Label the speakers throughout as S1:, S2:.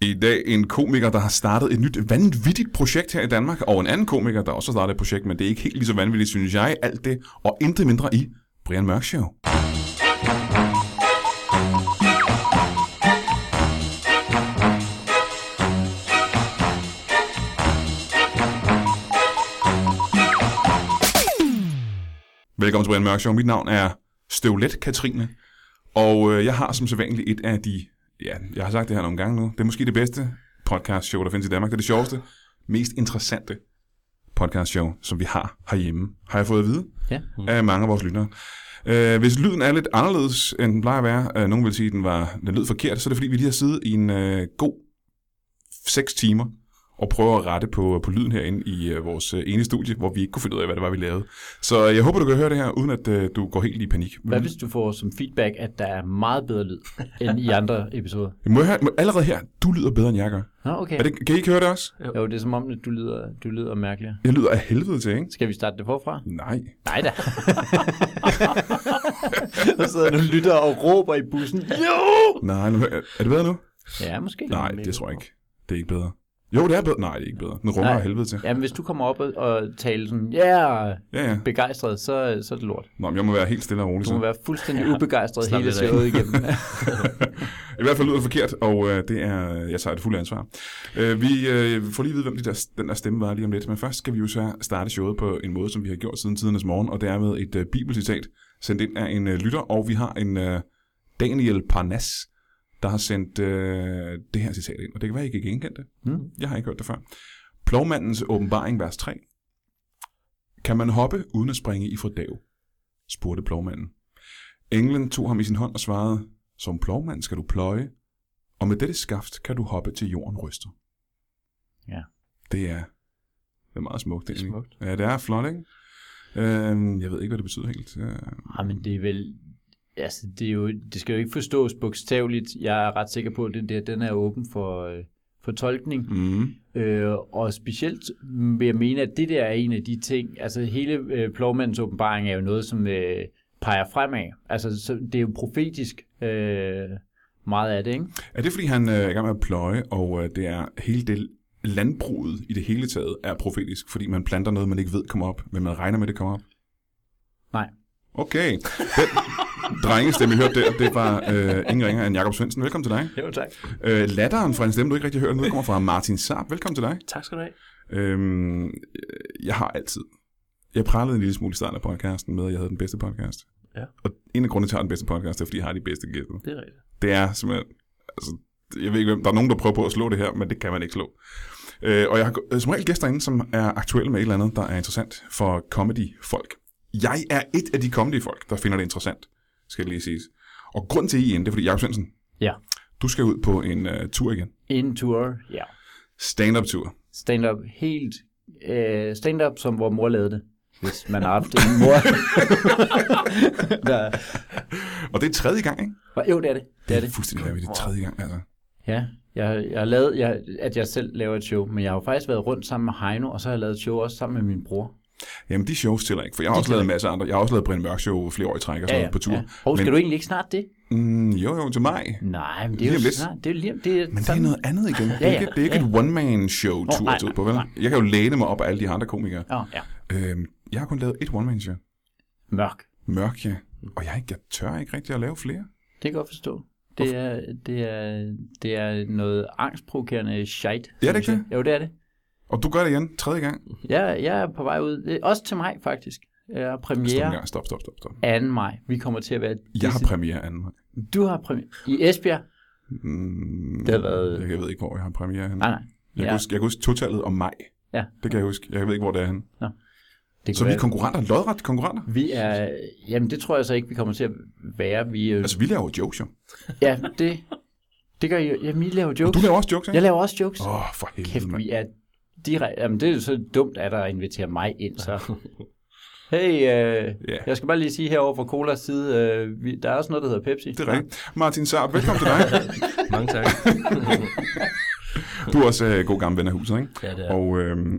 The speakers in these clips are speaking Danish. S1: i dag en komiker, der har startet et nyt vanvittigt projekt her i Danmark, og en anden komiker, der også har startet et projekt, men det er ikke helt lige så vanvittigt, synes jeg. Alt det og intet mindre i Brian Mørk Show. Velkommen til Brian Mørk Show. Mit navn er Støvlet Katrine, og øh, jeg har som sædvanligt et af de, ja, jeg har sagt det her nogle gange nu, det er måske det bedste podcast show, der findes i Danmark. Det er det sjoveste, mest interessante podcast show, som vi har herhjemme. Har jeg fået at vide
S2: Ja.
S1: af mange af vores lyttere. Øh, hvis lyden er lidt anderledes, end den plejer at være, øh, nogen vil sige, at den, var, den lød forkert, så er det fordi, vi lige har siddet i en øh, god 6 timer og prøver at rette på, på lyden herinde i øh, vores øh, ene studie, hvor vi ikke kunne finde ud af, hvad det var, vi lavede. Så øh, jeg håber, du kan høre det her, uden at øh, du går helt i panik.
S2: Hvad hvis du får som feedback, at der er meget bedre lyd, end i andre episoder?
S1: Må jeg høre, må, allerede her, du lyder bedre, end jeg gør.
S2: Nå, okay.
S1: Er det, kan I ikke høre det også?
S2: Jo, det er som om, at du lyder, du lyder mærkeligere.
S1: Jeg lyder af helvede til, ikke?
S2: Skal vi starte det forfra?
S1: Nej.
S2: Nej da. Så sidder du og lytter og råber i bussen. Jo!
S1: Nej, nu, er er det bedre nu?
S2: Ja, måske.
S1: Nej, det tror jeg ikke. Det er ikke bedre. Jo, det er bedre. Nej, det er ikke bedre. Nu rummer
S2: Nej.
S1: af helvede til.
S2: Jamen, hvis du kommer op og, og taler sådan, ja, yeah,
S1: Ja, ja.
S2: begejstret, så, så er det lort.
S1: Nå, men jeg må være helt stille og rolig.
S2: Du
S1: så.
S2: må være fuldstændig ubegejstret
S3: slap
S2: hele
S3: lidt af.
S2: showet igennem.
S1: I hvert fald lyder det forkert, og øh, det er, jeg tager det fulde ansvar. Øh, vi øh, får lige at vide, hvem de der, den der stemme var lige om lidt, men først skal vi jo så starte showet på en måde, som vi har gjort siden tidernes morgen, og det er med et øh, bibelcitat sendt ind af en øh, lytter, og vi har en øh, Daniel Parnas, der har sendt øh, det her citat ind, og det kan være, I kan genkende det.
S2: Hmm.
S1: Jeg har ikke hørt det før. Plovmandens åbenbaring, vers 3. Kan man hoppe uden at springe i fordav? spurgte plovmanden. Englen tog ham i sin hånd og svarede, som plovmand skal du pløje, og med dette skaft kan du hoppe til jorden ryster.
S2: Ja.
S1: Det er, det er meget smukt. Det
S2: er smukt.
S1: Ja, det er flot, ikke? Øhm, jeg ved ikke, hvad det betyder helt. Øh,
S2: Jamen, Ah, det er vel... Altså, det, er jo, det skal jo ikke forstås bogstaveligt. Jeg er ret sikker på, at den, der, den er åben for, øh, for tolkning.
S1: mm,
S2: Øh, og specielt vil jeg mene, at det der er en af de ting, altså hele øh, plovmandens åbenbaring er jo noget, som øh, peger fremad. Altså så, det er jo profetisk øh, meget af det, ikke?
S1: er det, fordi han øh, er i gang med at pløje, og øh, det er hele det landbruget i det hele taget er profetisk, fordi man planter noget, man ikke ved kommer op, men man regner med, det kommer op?
S2: Nej.
S1: Okay. Den drengestemme, I hørte der, det var øh, ingen ringer end Jakob Svendsen. Velkommen til dig.
S3: Jo, tak.
S1: Øh, latteren fra en stemme, du ikke rigtig hører, nu kommer fra Martin Saab. Velkommen til dig.
S3: Tak skal du have.
S1: Øhm, øh, jeg har altid... Jeg pralede en lille smule i starten af podcasten med, at jeg havde den bedste podcast.
S3: Ja.
S1: Og en af grundene til, at jeg har den bedste podcast, er, fordi jeg har de bedste gæster.
S3: Det er rigtigt.
S1: Det er simpelthen... Altså, jeg ved ikke, hvem... Der er nogen, der prøver på at slå det her, men det kan man ikke slå. Øh, og jeg har gå- øh, som regel gæster inde, som er aktuelle med et eller andet, der er interessant for comedy-folk. Jeg er et af de comedy-folk, der finder det interessant, skal det lige siges. Og grunden til, at I er inde, det er, fordi Jacob Svendsen,
S2: Ja.
S1: du skal ud på en uh, tur igen.
S2: In tour, ja.
S1: Stand-up-tur.
S2: Stand-up helt... Øh, stand-up, som hvor mor lavede det. Hvis man har haft en mor. der,
S1: Og det er tredje gang, ikke?
S2: jo, det er det. Det er det.
S1: fuldstændig vanvittigt. Det er tredje gang, altså.
S2: Ja, jeg, jeg har lavet, jeg, at jeg selv laver et show, men jeg har jo faktisk været rundt sammen med Heino, og så har jeg lavet et show også sammen med min bror.
S1: Jamen, de shows tæller ikke, for jeg har også lavet en masse andre. Jeg har også lavet Brian Mørk Show flere år i træk og sådan ja, ja, Altså, på tur. Ja.
S2: Hov, skal men... du egentlig ikke snart det?
S1: Mm, jo, jo, til mig.
S2: Nej, men det
S1: Lige
S2: er jo
S1: om lidt.
S2: snart. Det er, jo lige, om- det er,
S1: Men det er
S2: sådan-
S1: noget andet igen. Det er
S2: Ja, ja,
S1: ikke, det er ikke
S2: ja.
S1: et one-man-show-tur,
S2: Nå,
S1: oh,
S2: nej,
S1: jeg tager ud på, vel?
S2: nej.
S1: Jeg kan jo læne mig op af alle de andre komikere.
S2: Åh, ja.
S1: Øhm, jeg har kun lavet et one-man-show.
S2: Mørk.
S1: Mørk, ja. Og jeg, er ikke- jeg tør ikke rigtig at lave flere.
S2: Det kan jeg godt forstå. Det er, det er, det er noget angstprovokerende shit.
S1: Ja, det er
S2: synes jeg.
S1: det.
S2: Jo, det er det.
S1: Og du gør det igen, tredje gang.
S2: Jeg, jeg er på vej ud. Det er også til mig, faktisk. Jeg har
S1: Stop, en
S2: premiere
S1: gang. stop, stop, stop, stop.
S2: 2. maj. Vi kommer til at være...
S1: Jeg har premiere anden vej.
S2: Du har premiere. I Esbjerg?
S1: Mm,
S2: Det har været-
S1: Jeg ved ikke, hvor jeg har premiere henne.
S2: Nej, nej.
S1: Jeg, kan
S2: Ja.
S1: huske, jeg kan huske totallet om maj.
S2: Ja.
S1: Det kan jeg huske. Jeg ved ikke, hvor det er henne.
S2: Det
S1: Så
S2: kunne
S1: vi
S2: være-
S1: er konkurrenter, lodret konkurrenter.
S2: Vi er, jamen det tror jeg så ikke, vi kommer til at være. Vi, er-
S1: Altså, vi laver jo jokes, jo.
S2: ja, det, det gør jeg. Jamen, I laver
S1: Og
S2: jokes.
S1: du laver også jokes, ikke?
S2: Jeg laver også jokes.
S1: Åh, oh, for helvede,
S2: Kæft,
S1: mand.
S2: vi er direkte... Jamen, det er jo så dumt, at der inviterer mig ind, så... Hey, øh,
S1: Ja.
S2: jeg skal bare lige sige herover fra Colas side, øh, vi, der er også noget, der hedder Pepsi.
S1: Det er rigtigt. Martin Saab, velkommen til dig.
S3: Mange tak.
S1: Du er også øh, god gammel ven af huset, ikke? øhm,
S3: ja, det er.
S1: Og øh, øh,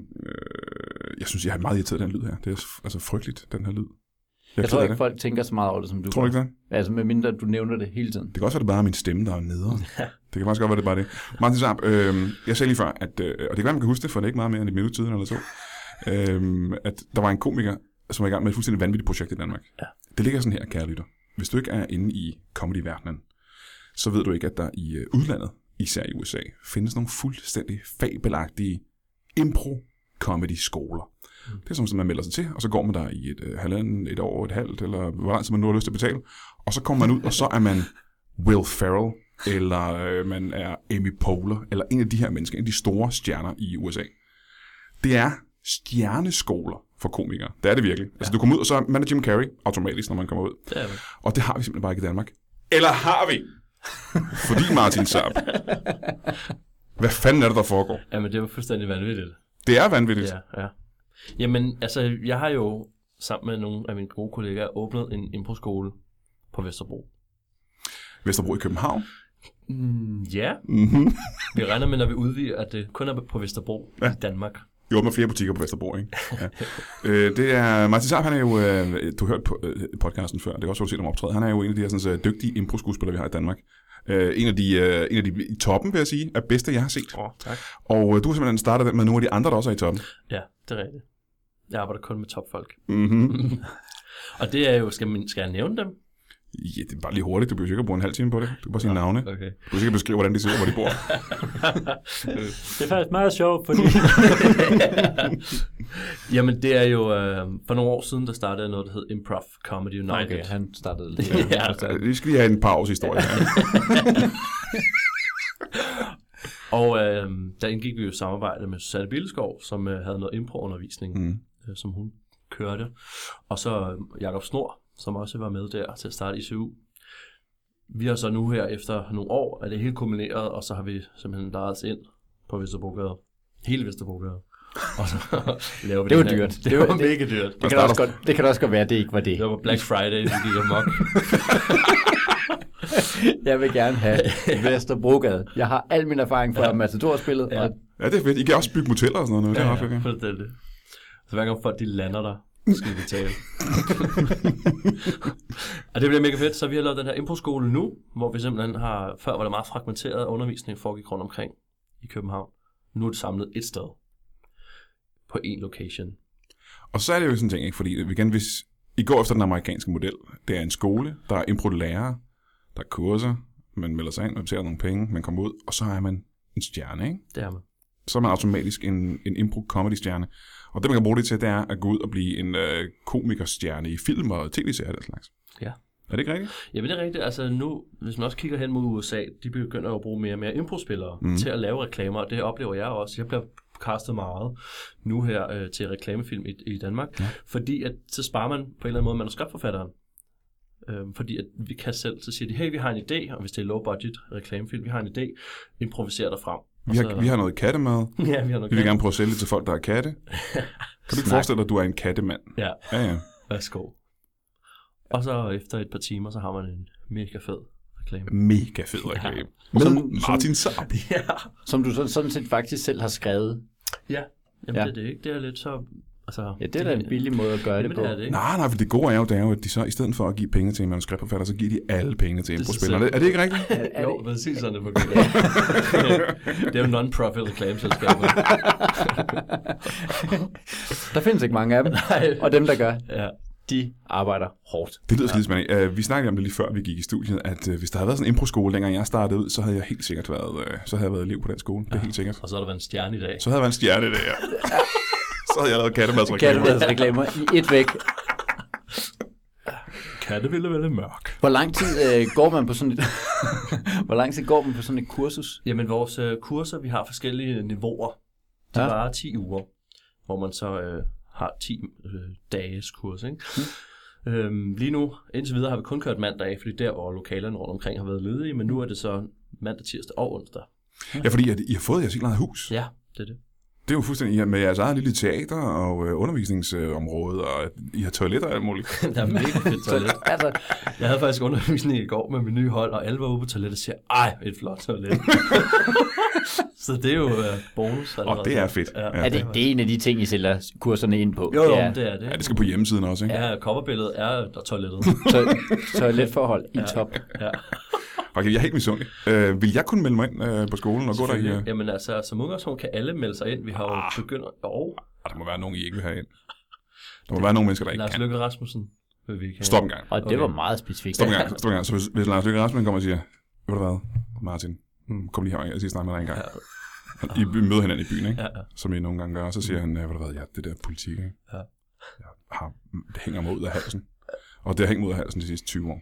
S1: jeg synes, jeg er meget irriteret af den lyd her. Det er s- altså frygteligt, den her lyd.
S2: Jeg, jeg
S1: ked
S2: tror
S1: af
S2: ikke,
S1: det.
S2: folk tænker så meget over det, som du
S1: Tror du
S2: gør.
S1: ikke det?
S2: Altså, medmindre du nævner det hele tiden.
S1: Det kan også være, det bare er min stemme, der er nede. Det kan faktisk godt være, det er bare det. Martin Saab, øh, jeg sagde lige før, at, øh, og det kan være, man kan huske det, for det er ikke meget mere end et minut siden eller to, øh, at der var en komiker, som var i gang med et fuldstændig vanvittigt projekt i Danmark. Ja. Det ligger sådan her, kære lytter. Hvis du ikke er inde i comedyverdenen, så ved du ikke, at der i øh, udlandet, især i USA, findes nogle fuldstændig fabelagtige impro-comedy-skoler. Det er sådan, at man melder sig til, og så går man der i et øh, halvanden, et år, et halvt, eller hvor langt man nu har lyst til at betale. Og så kommer man ud, og så er man Will Ferrell, eller øh, man er Amy Poehler, eller en af de her mennesker, en af de store stjerner i USA. Det er stjerneskoler for komikere. Det er det virkelig. Altså, du kommer ud, og så er man er Jim Carrey automatisk, når man kommer ud.
S3: Det er det.
S1: Og det har vi simpelthen bare ikke i Danmark. Eller har vi? Fordi Martin Saab. Hvad fanden er det, der foregår?
S3: Jamen, det var fuldstændig vanvittigt.
S1: Det er vanvittigt.
S3: Ja, ja. Jamen, altså, jeg har jo sammen med nogle af mine gode kollegaer åbnet en improskole på Vesterbro.
S1: Vesterbro i København.
S3: Mm, ja,
S1: Mm-hmm.
S3: vi regner med, når vi udvider, at det kun er på Vesterbro ja. i Danmark.
S1: Vi åbner flere butikker på Vesterbro, ikke? Ja. øh, det er, Martin Saab, han er jo, øh, du har hørt på, øh, podcasten før, det er også, hvor du set om optræde, han er jo en af de her sådan, så dygtige impro-skuespillere, vi har i Danmark. Øh, en, af de, øh, en af de i toppen, vil jeg sige, er bedste, jeg har set.
S3: Åh, oh, tak.
S1: Og øh, du har simpelthen startet den med nogle af de andre, der også er i toppen.
S3: Ja, det er rigtigt. Jeg arbejder kun med topfolk.
S1: Mm-hmm.
S3: Og det er jo, skal, man, skal jeg nævne dem?
S1: Ja, det er bare lige hurtigt, du behøver ikke at bruge en halv time på det. Du kan bare sige navne. Du
S3: Okay.
S1: behøver ikke at beskrive, hvordan de sidder, hvor de bor.
S2: Det er faktisk meget sjovt, fordi...
S3: Jamen, det er jo, øh, for nogle år siden, der startede noget, der hed Improv Comedy United.
S2: okay, han startede lidt.
S3: Ja,
S1: Altså, vi skal lige have en pause historie her.
S3: Og øh, der indgik vi jo et samarbejde med Susanne Billeskov, som øh, havde noget improundervisning,
S1: Mm.
S3: mm. øh, som hun kørte. Og så øh, Jakob Snor, som også var med der til at starte ICU. Vi har så nu her efter nogle år, er det helt kombineret, og så har vi simpelthen lejet os ind på Vesterbrogade. Hele Vesterbrogade. Og så laver vi
S2: Det var
S3: den her-
S2: dyrt.
S3: Det var mega dyrt.
S2: Det kan, da også godt, det kan da også godt være, at det ikke var det.
S3: Det var Black Friday, vi gik amok.
S2: Jeg vil gerne have Vesterbrogade. Jeg har al min erfaring fra ja. Matador-spillet, ja. og
S1: Ja, det er fedt. I kan også bygge moteller og sådan noget. Det er ret fedt,
S3: Ja,
S1: ja.
S3: fuldstændig. Så hver gang folk de lander der, så skal de betale. og det bliver mega fedt, så vi har lavet den her improskole nu, hvor vi simpelthen har, før var der meget fragmenteret undervisning, foregik rundt omkring i København. Nu er det samlet et sted på én location.
S1: Og så er det jo sådan en ting, ikke? fordi vi igen, hvis I går efter den amerikanske model, det er en skole, der er impro-lærere, der er kurser, man melder sig ind, man betaler nogle penge, man kommer ud, og så er man en stjerne, ikke?
S3: Det er man.
S1: Så er man automatisk en, en impro-comedy-stjerne. Og det, man kan bruge det til, det er at gå ud og blive en øh, komikerstjerne i film og tv-serier og den slags.
S3: Ja.
S1: Er det ikke rigtigt?
S3: Jamen det er rigtigt, altså nu, hvis man også kigger hen mod USA, de begynder jo at bruge mere og mere improspillere
S1: Mm.
S3: mm. til at lave reklamer, og det oplever jeg også. Jeg bliver castet meget nu her øh, til reklamefilm i, i Danmark, ja. fordi at, så sparer man på en eller anden måde manuskriptforfatteren. Øhm, fordi at vi kan selv, så siger de, hey, vi har en idé, og hvis det er low budget reklamefilm, vi har en idé, improviser dig frem. Og
S1: Vi
S3: så-
S1: har, vi har noget kattemad.
S3: ja, vi har noget
S1: Vi vil gerne prøve at sælge det til folk, der er katte. Kan du ikke forestille dig, at du er en kattemand?
S3: Ja,
S1: Ja, ja.
S3: værsgo. Og så efter et par timer, så har man en mega fed reklame.
S1: Mega fed reklame. Ja.
S2: Som-
S1: Med Martin Saab.
S3: Ja.
S2: som du sådan, sådan set faktisk selv har skrevet.
S3: Ja, jamen
S2: Ja.
S3: ja. det er det ikke. Det er lidt så... Altså,
S2: Ja, det er da en billig måde at gøre
S3: Jamen,
S2: det på.
S3: det er det, ikke?
S1: Nej, nej, for det gode er jo, det er jo, at de så i stedet for at give penge til en manuskriptforfatter, så giver de alle pengene til
S3: synes
S1: improspillere. Er,
S3: jeg.
S1: det- er det ikke rigtigt?
S3: Nej, jo, præcis sådan det fungerer. det er jo non-profit reklameselskaber.
S2: Der findes ikke mange af dem, og dem, der gør,
S3: ja.
S2: de arbejder hårdt.
S1: Det lyder skidt, ja. uh, Vi snakkede om det lige før, vi gik i studiet, at uh, hvis der havde været sådan en improskole, dengang jeg startede ud, så havde jeg helt sikkert været, uh, så havde jeg været elev på den skole. Det er helt sikkert.
S3: Og så har der været en stjerne i dag.
S1: Så havde jeg været en stjerne der. så havde jeg lavet kattemadsreklamer.
S2: Kattemads reklamer i et væk.
S3: Katte ville være mørk.
S2: Hvor lang tid øh, går man på sådan et... Hvor lang tid går man på sådan et kursus?
S3: Jamen, vores øh, kurser, vi har forskellige niveauer. De
S2: Ja.
S3: ja. varer 10 uger, hvor man så øh, har 10 øh, dages kurs, ikke? Øhm, lige nu, indtil videre, har vi kun kørt mandag, fordi der, hvor lokalerne rundt omkring har været ledige, men nu er det så mandag, tirsdag og onsdag.
S1: Ja, fordi at I har fået jeres helt eget hus.
S3: Ja, det er det.
S1: Det er jo fuldstændig I har med jeres eget lille teater og øh, undervisningsområde, og at I har toiletter og alt muligt.
S3: der er mega fedt toilet.
S2: Altså,
S3: Jeg havde faktisk undervisning i går med min nye hold, og alle var ude på toilettet og siger, ej, et flot toilet. så det er jo uh, bonus. allerede.
S1: det er fedt.
S3: Ja.
S1: Ja.
S2: er det, det er en af de ting, I sælger kurserne ind på.
S3: Jo, jo,
S2: det er
S3: det er det.
S1: Ja, det skal på hjemmesiden også, ikke?
S3: Ja, coverbilledet er der toilettet.
S2: to- toiletforhold i top.
S3: ja.
S1: Okay, jeg er helt misundelig. Øh, vil jeg kunne melde mig ind øh, på skolen og gå der i... Øh?
S3: Jamen altså, som udgangspunkt kan alle melde sig ind. Vi har jo begynder... Og
S1: Ah, der må være nogen, I ikke vil have ind. Der må være nogle mennesker, der ikke
S3: Lars
S1: kan.
S3: Løkke Rasmussen vil vi ikke have.
S1: Stop en gang.
S2: Og det
S3: Okay.
S2: var meget specifikt.
S1: Stop en gang. Stop en gang. Så hvis, hvis Lars Løkke Rasmussen kommer og siger, ved du hvad, Martin, hmm, kom lige her, jeg skal snakke med dig en gang. I møder hinanden i byen, ikke?
S3: Ja, ja.
S1: som I nogle gange gør, og så siger han, "Øh, ved du hvad, ja, det der politik, ikke?
S3: Ja.
S1: jeg har, det hænger mig ud af halsen. Og det har hængt mig ud af halsen de sidste 20 år.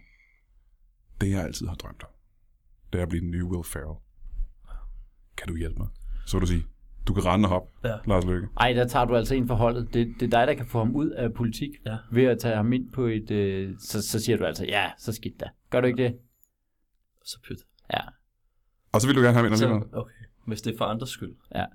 S1: Det, jeg altid har drømt om, det er at blive den nye Will Ferrell. Kan du hjælpe mig? Så vil du sige, du kan rende og hoppe,
S3: Ja.
S1: Lars Løkke.
S2: Ej, der tager du altså en for holdet. Det, det er dig, der kan få ham ud af politik.
S3: Ja.
S2: Ved at tage ham ind på et... Øh, så, så siger du altså, ja, så skidt da. Gør du ikke det?
S3: Så pyt.
S2: Ja.
S1: Og så vil du gerne have mig ind
S3: Så,
S1: alligevel.
S3: okay. Hvis det er for andres skyld.
S2: ja.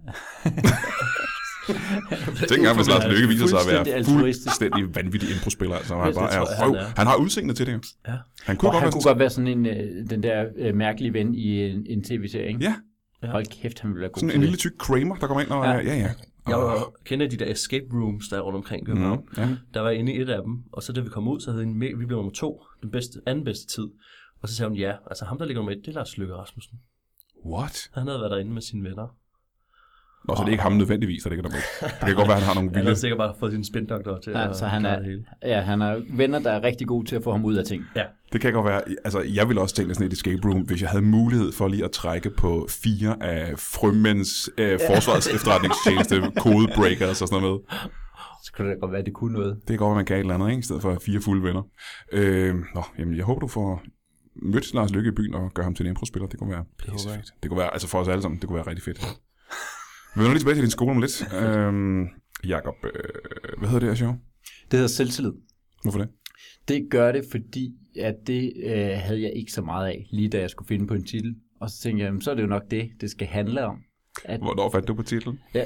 S1: Tænk engang, hvis Lars
S3: Uformand.
S1: Løkke viser sig at være
S2: Fuldstændig altruistisk.
S1: fuldstændig vanvittig improspiller. Altså, han,
S3: Det
S1: bare er
S3: tror jeg,
S1: røv.
S3: han er.
S1: han har udseende til det jo.
S3: Ja.
S1: Han kunne
S2: Og
S1: godt
S2: han
S1: være
S2: kunne
S1: sådan.
S2: godt være sådan en, øh, den der øh, mærkelige ven i en, en tv-serie, ikke?
S1: Ja,
S2: Ja. Hold kæft, han ville være god
S1: sådan
S2: til
S1: en
S2: det.
S1: lille tyk Kramer, der kommer ind og...
S2: Ja.
S1: Ja, ja.
S3: Jeg
S1: Og-
S3: var, kender de der escape rooms, der er rundt omkring i København.
S1: Nå, ja.
S3: Der var jeg inde i et af dem, og så da vi kom ud, så havde en med, vi blev nummer to, den bedste, anden bedste tid. Og så sagde hun, ja, altså ham, der ligger nummer et, det er Lars Løkke Rasmussen.
S1: What?
S3: Han havde været derinde med sine venner.
S1: Nå, så det er ikke ham nødvendigvis, der ligger der med. Det kan godt være, at han har nogle
S3: Han
S1: vilde...
S3: havde sikkert bare fået sine spindoktor til
S2: Ja,
S3: at
S2: så han
S3: klare
S2: er,
S3: det hele.
S2: ja, han er venner, der er rigtig gode til at få ham ud af ting.
S3: Ja,
S1: Det kan godt være. Altså, jeg ville også tænke sådan et escape room, hvis jeg havde mulighed for lige at trække på fire af frømænds øh, forsvarets efterretningstjeneste, codebreakers og sådan noget. med.
S2: Så kunne det da godt være, at det kunne noget.
S1: Det kan godt være, man kan et eller andet, ikke? I stedet for fire fulde venner. Øh, nå, jamen, jeg håber, du får mødt Lars Lykke i byen og gør ham til en improspiller. Det kunne være pissefedt. Det kunne være, altså for os alle sammen, det kunne være rigtig fedt. Vi vender lige tilbage til din skole om lidt. Øh, Jakob, øh, hvad hedder det her show?
S2: Det hedder selvtillid.
S1: Hvorfor det?
S2: Det gør det, fordi at det øh, havde jeg ikke så meget af, lige da jeg skulle finde på en titel. Og så tænkte jeg, jamen, så er det jo nok det, det skal handle om. At,
S1: Hvornår fandt du på titlen?
S2: ja,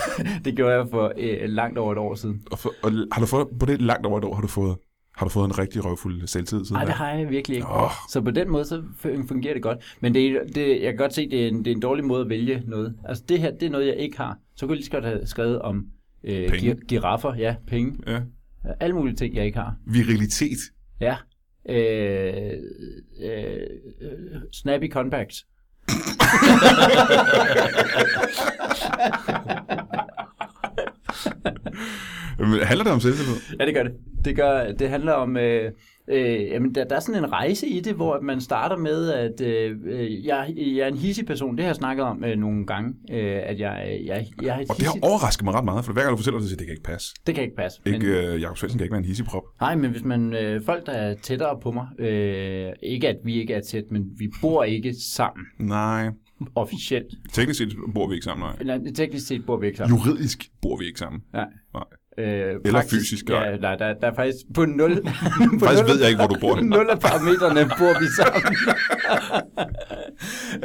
S2: det gjorde jeg for øh, langt over et år siden.
S1: Og, for, og har du fået, på det langt over et år, har du fået, har du fået en rigtig røvfuld selvtid siden
S2: Nej, det
S1: da?
S2: har jeg virkelig ikke.
S1: Åh.
S2: Så på den måde, så fun- fungerer det godt. Men det, er- det, jeg kan godt se, det er, en, det er en dårlig måde at vælge noget. Altså det her, det er noget, jeg ikke har. Så kunne jeg lige så godt have skrevet om øh,
S1: Penge.
S2: gi- giraffer, ja, penge.
S1: Ja.
S2: Alle mulige ting, jeg ikke har.
S1: Virilitet.
S2: Ja. Øh, øh, øh, snappy comebacks.
S1: Øh, Men handler det om selvtillid?
S2: Ja, det gør det. Det, gør, det handler om... Øh, øh, jamen, der, der er sådan en rejse i det, hvor at man starter med, at øh, øh, jeg, jeg er en hissig person. Det har jeg snakket om øh, nogle gange, øh, at jeg, jeg, jeg er et
S1: Og det har
S2: hissigt-
S1: overrasket mig ret meget, for hver gang du fortæller det, så siger jeg, det kan ikke passe.
S2: Det kan ikke passe.
S1: Ikke,
S2: men,
S1: øh, Jakob Svendsen kan ikke være en hisseprop.
S2: nej, men hvis man... Øh, folk, der er tættere på mig... Øh, ikke at vi ikke er tæt, men vi bor ikke sammen
S1: Nej.
S2: officielt.
S1: Teknisk set bor vi ikke sammen, nej.
S2: Eller, teknisk set bor vi ikke sammen.
S1: Juridisk bor vi ikke sammen.
S2: Nej.
S1: Nej.
S2: Øh,
S1: Eller fysisk, nej.
S2: Ja, nej, der, der er faktisk på nul... på
S1: Faktisk
S2: nul-
S1: ved jeg ikke, hvor du bor henne.
S2: Nul af parametrene bor vi sammen.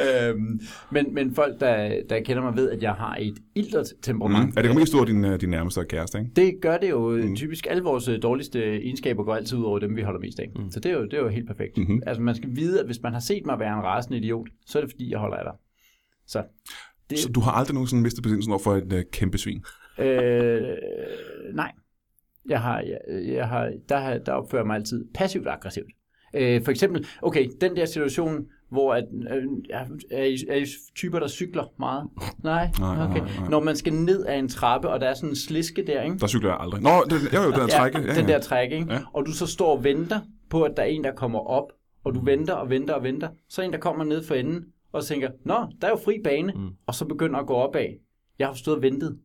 S2: øhm, men, men folk, der, der kender mig, ved, at jeg har et ildert temperament.
S1: Mm. Ja, det kommer mest ud af din, øh, din nærmeste kæreste, ikke?
S2: Det gør det jo mm. typisk. Alle vores øh, dårligste egenskaber går altid ud over dem, vi holder mest af. Mm. Så det er, jo, det er jo helt perfekt. Mm-hmm. Altså man skal vide, at hvis man har set mig være en rasende idiot, så er det fordi, jeg holder af dig. Så, det,
S1: Så du har aldrig nogensinde mistet besindelsen over for et øh, kæmpe svin.
S2: øh, nej. Jeg har, jeg, jeg har, der, har- der opfører jeg mig altid passivt aggressivt. Øh, for eksempel, okay, den der situation, hvor at, øh, er, er, I, er I typer, der cykler meget? Nej,
S1: Nej,
S2: okay.
S1: nej, nej.
S2: Når man skal ned ad en trappe, og der er sådan en sliske der, ikke?
S1: Der cykler jeg aldrig. Nå, det, jo, jo, den der trække.
S2: Ja, den der træk, ikke?
S1: Ja.
S2: Ja. Og du så står og venter på, at der er en, der kommer op, og du venter og venter og venter. Så er en, der kommer ned for enden, og tænker, nå, der er jo fri bane, mm. og så begynder at gå opad. Jeg har stået og ventet.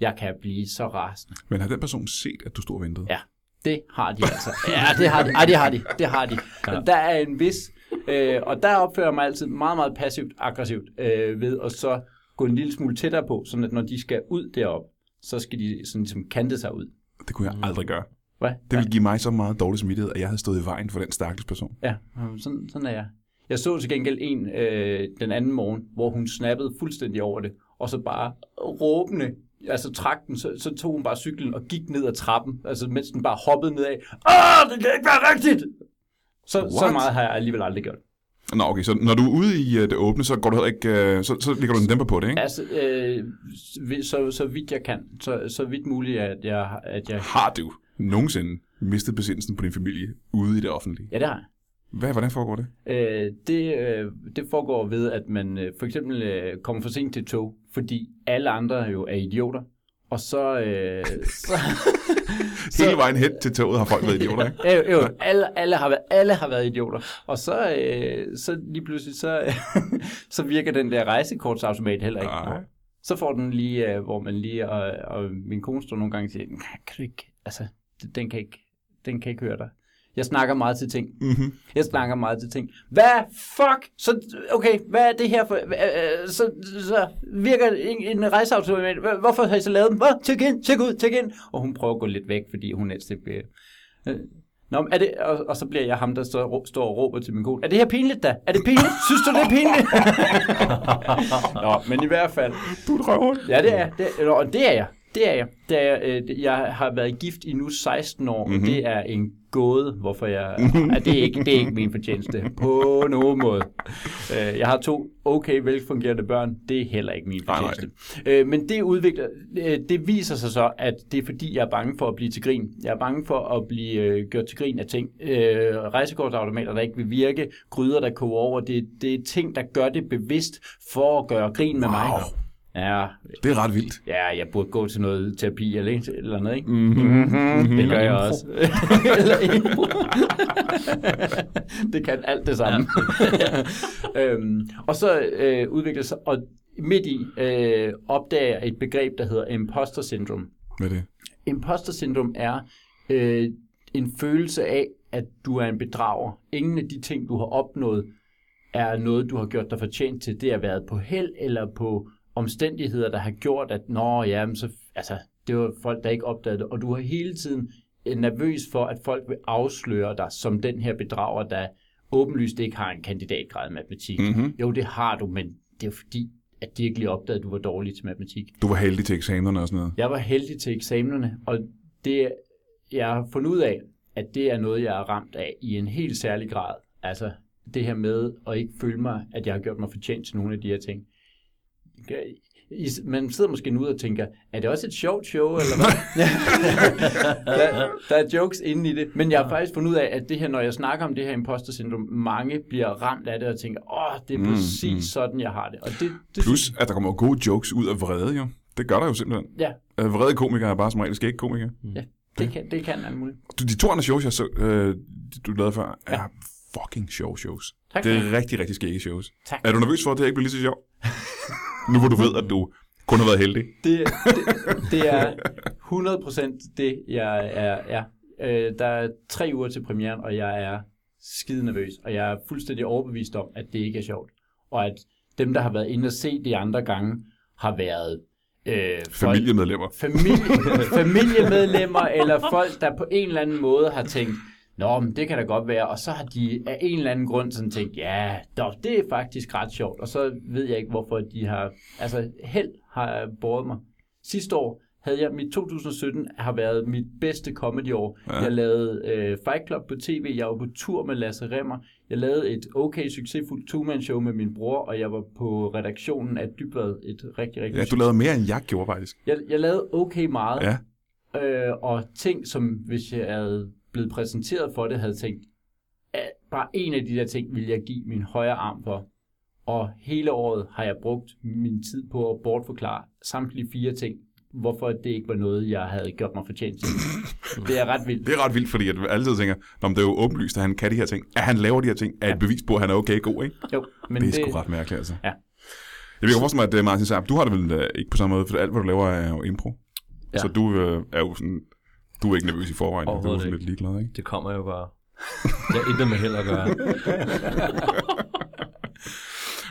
S2: Jeg kan blive så rasende.
S1: Men har den person set, at du stod og ventede?
S2: Ja, det har de altså. Ja, det har de. Ej, det har de. Det har de. Ja. Der er en vis... Øh, og der opfører jeg mig altid meget, meget passivt, aggressivt øh, ved at så gå en lille smule tættere på, sådan at når de skal ud derop, så skal de sådan ligesom kante sig ud.
S1: Det kunne jeg aldrig gøre.
S2: Hvad?
S1: Det ville give mig så meget dårlig samvittighed, at jeg havde stået i vejen for den stakkels person.
S2: Ja, øh, sådan, sådan er jeg. Jeg så til gengæld en øh, den anden morgen, hvor hun snappede fuldstændig over det, og så bare råbende, altså trak den, så, så tog hun bare cyklen og gik ned ad trappen, altså mens den bare hoppede nedad. Åh, det kan ikke være rigtigt! Så, så
S1: What?
S2: meget har jeg alligevel aldrig gjort.
S1: Nå, okay, så når du er ude i øh, det åbne, så går du heller ikke, øh, så, så ligger du en dæmper på det, ikke?
S2: Altså, øh, vi- så, så vidt jeg kan, så, så vidt muligt, at jeg, at jeg...
S1: Har du nogensinde mistet besindelsen på din familie ude i det offentlige?
S2: Ja, det har jeg.
S1: Hvad, hvordan foregår det?
S2: Øh, det, øh, det foregår ved, at man øh, for eksempel øh, kommer for sent til tog, fordi alle andre jo er idioter. Og så... Øh, så
S1: Hele vejen hen til toget har folk været idioter, ikke?
S2: jo, jo, alle, alle, har været, alle har været idioter. Og så, øh, så lige pludselig, så, så virker den der rejsekortsautomat heller ikke.
S1: Nej.
S2: Så får den lige, øh, hvor man lige... Og, og min kone står nogle gange og siger, "Kan- kan du ikke... Altså, d- den kan ikke, den kan ikke høre dig. Jeg snakker meget til ting.
S1: Mm-hmm.
S2: Jeg snakker meget til ting. Hvad fuck? Så, okay, hvad er det her for... Øh, øh, så, så virker en, en rejseautomat... Hva- Hvorfor har I så lavet dem? Hvad? Tjek ind, tjek ud, tjek ind. Og hun prøver at gå lidt væk, fordi hun helst ikke bliver... Øh. Nå, men er det, og, og, så bliver jeg ham, der står, og rå- står og råber til min kone. Er det her pinligt da? Er det pinligt? Synes du, det er pinligt? Nå, men i hvert fald.
S1: Du er et røvhul.
S2: Ja, det er, det er nå, og det er jeg. Det er jeg. Det er, jeg. Øh, det- jeg har været gift i nu 16 år,
S1: Mhm.
S2: mm-hmm. og det er en gåde, hvorfor jeg... Ja, det, er ikke, det er ikke min fortjeneste på nogen måde. Øh, Jeg har to okay velfungerende børn. Det er heller ikke min
S1: Nej, nej.
S2: fortjeneste. Øh, Men det udvikler... øh, Det viser sig så, at det er fordi, jeg er bange for at blive til grin. Jeg er bange for at blive øh, gjort til grin af ting. Øh, Rejsekortautomater, der ikke vil virke. Gryder, der koger over. Det, det er ting, der gør det bevidst for at gøre grin med mig.
S1: Wow.
S2: Ja,
S1: Det er ret vildt.
S2: Ja, jeg burde gå til noget terapi eller, et eller andet, ikke?
S1: Mhm.
S2: Mm-hmm. Mm-hmm. Det gør jeg også. eller impro. det kan alt det samme. øhm, og så øh, udvikler sig, og midt i øh, opdager jeg et begreb, der hedder imposter syndrome.
S1: Hvad er det?
S2: Imposter syndrom er øh, en følelse af, at du er en bedrager. Ingen af de ting, du har opnået, er noget, du har gjort dig fortjent til. Det har været på held eller på omstændigheder, der har gjort, at nå, jamen, så, altså, det var folk, der ikke opdagede det. Og du har hele tiden øh, nervøs for, at folk vil afsløre dig som den her bedrager, der åbenlyst ikke har en kandidatgrad i matematik.
S1: Mhm.
S2: Jo, det har du, men det er jo fordi, at de ikke lige opdagede, at du var dårlig til matematik.
S1: Du var heldig til eksamenerne og sådan noget.
S2: Jeg var heldig til eksamenerne, og det, jeg har fundet ud af, at det er noget, jeg er ramt af i en helt særlig grad. Altså det her med at ikke føle mig, at jeg har gjort mig fortjent til nogle af de her ting. I- Man sidder måske nu og tænker, er det også et sjovt show, eller hvad? der, der er jokes inde i det, men jeg har faktisk fundet ud af, at det her, når jeg snakker om det her imposter syndrom, mange bliver ramt af det og tænker, åh, det er
S1: Mm,
S2: præcis
S1: mm.
S2: sådan, jeg har det. Og det, det
S1: Plus, at der kommer gode jokes ud af vrede, jo. Det gør der jo simpelthen.
S2: Ja,
S1: Øh, Vrede komikere er bare som regel skæg komikere. Mm.
S2: det kan, det kan alt muligt.
S1: Du, de to andre shows, jeg så, øh, du lavede før, er fucking sjove shows.
S2: Tak.
S1: Det er rigtig, rigtig skægge shows.
S2: Tak.
S1: Er du nervøs for, at det her ikke bliver lige så sjovt? nu hvor du ved, at du kun har været heldig.
S2: det, det, det er 100% det, jeg er. Ja. Øh, der er tre uger til premieren, og jeg er skide nervøs, og jeg er fuldstændig overbevist om, at det ikke er sjovt. Og at dem, der har været inde og se de andre gange, har været øh, folk-
S1: Familiemedlemmer.
S2: familie, familiemedlemmer eller folk, der på en eller anden måde har tænkt, Nå, men det kan da godt være. Og så har de af en eller anden grund sådan tænkt, ja, dog, det er faktisk ret sjovt. Og så ved jeg ikke, hvorfor de har... Altså, held har båret mig. Sidste år havde jeg... Mit 2017 har været mit bedste comedyår.
S1: Ja.
S2: Ja. Jeg lavede øh, Fight Club på tv. Jeg var på tur med Lasse Remmer. Jeg lavede et okay succesfuldt two-man-show med min bror. Og jeg var på redaktionen af Dybvad. Et rigtig, rigtig
S1: Ja, du lavede mere, end jeg gjorde, faktisk.
S2: jeg, jeg lavede okay meget,
S1: Ja.
S2: øh, og ting, som hvis jeg havde blevet præsenteret for det, havde tænkt, at bare en af de der ting ville jeg give min højre arm for. Og hele året har jeg brugt min tid på at bortforklare samtlige fire ting, hvorfor det ikke var noget, jeg havde gjort mig fortjent til. det er ret vildt.
S1: Det er ret vildt, fordi at altid tænker, Nå, men det er jo åbenlyst, at han kan de her ting. At han laver de her ting, er et bevis på, at han er okay god, ikke?
S2: Jo, men
S1: Det er sgu ret mærkeligt, altså.
S2: Ja.
S1: Jeg vil forestille mig, at øh, Martin Saab, du har det vel øh, ikke på samme måde, for alt, hvad du laver, er jo impro. Ja.
S3: Ja.
S1: Så du øh, er jo sådan, du er ikke nervøs i forvejen, du er jo
S3: Overhovedet
S1: sådan
S3: ikke.
S1: lidt ligeglad, ikke?
S3: Det kommer jo bare. Jeg har intet med held at gøre.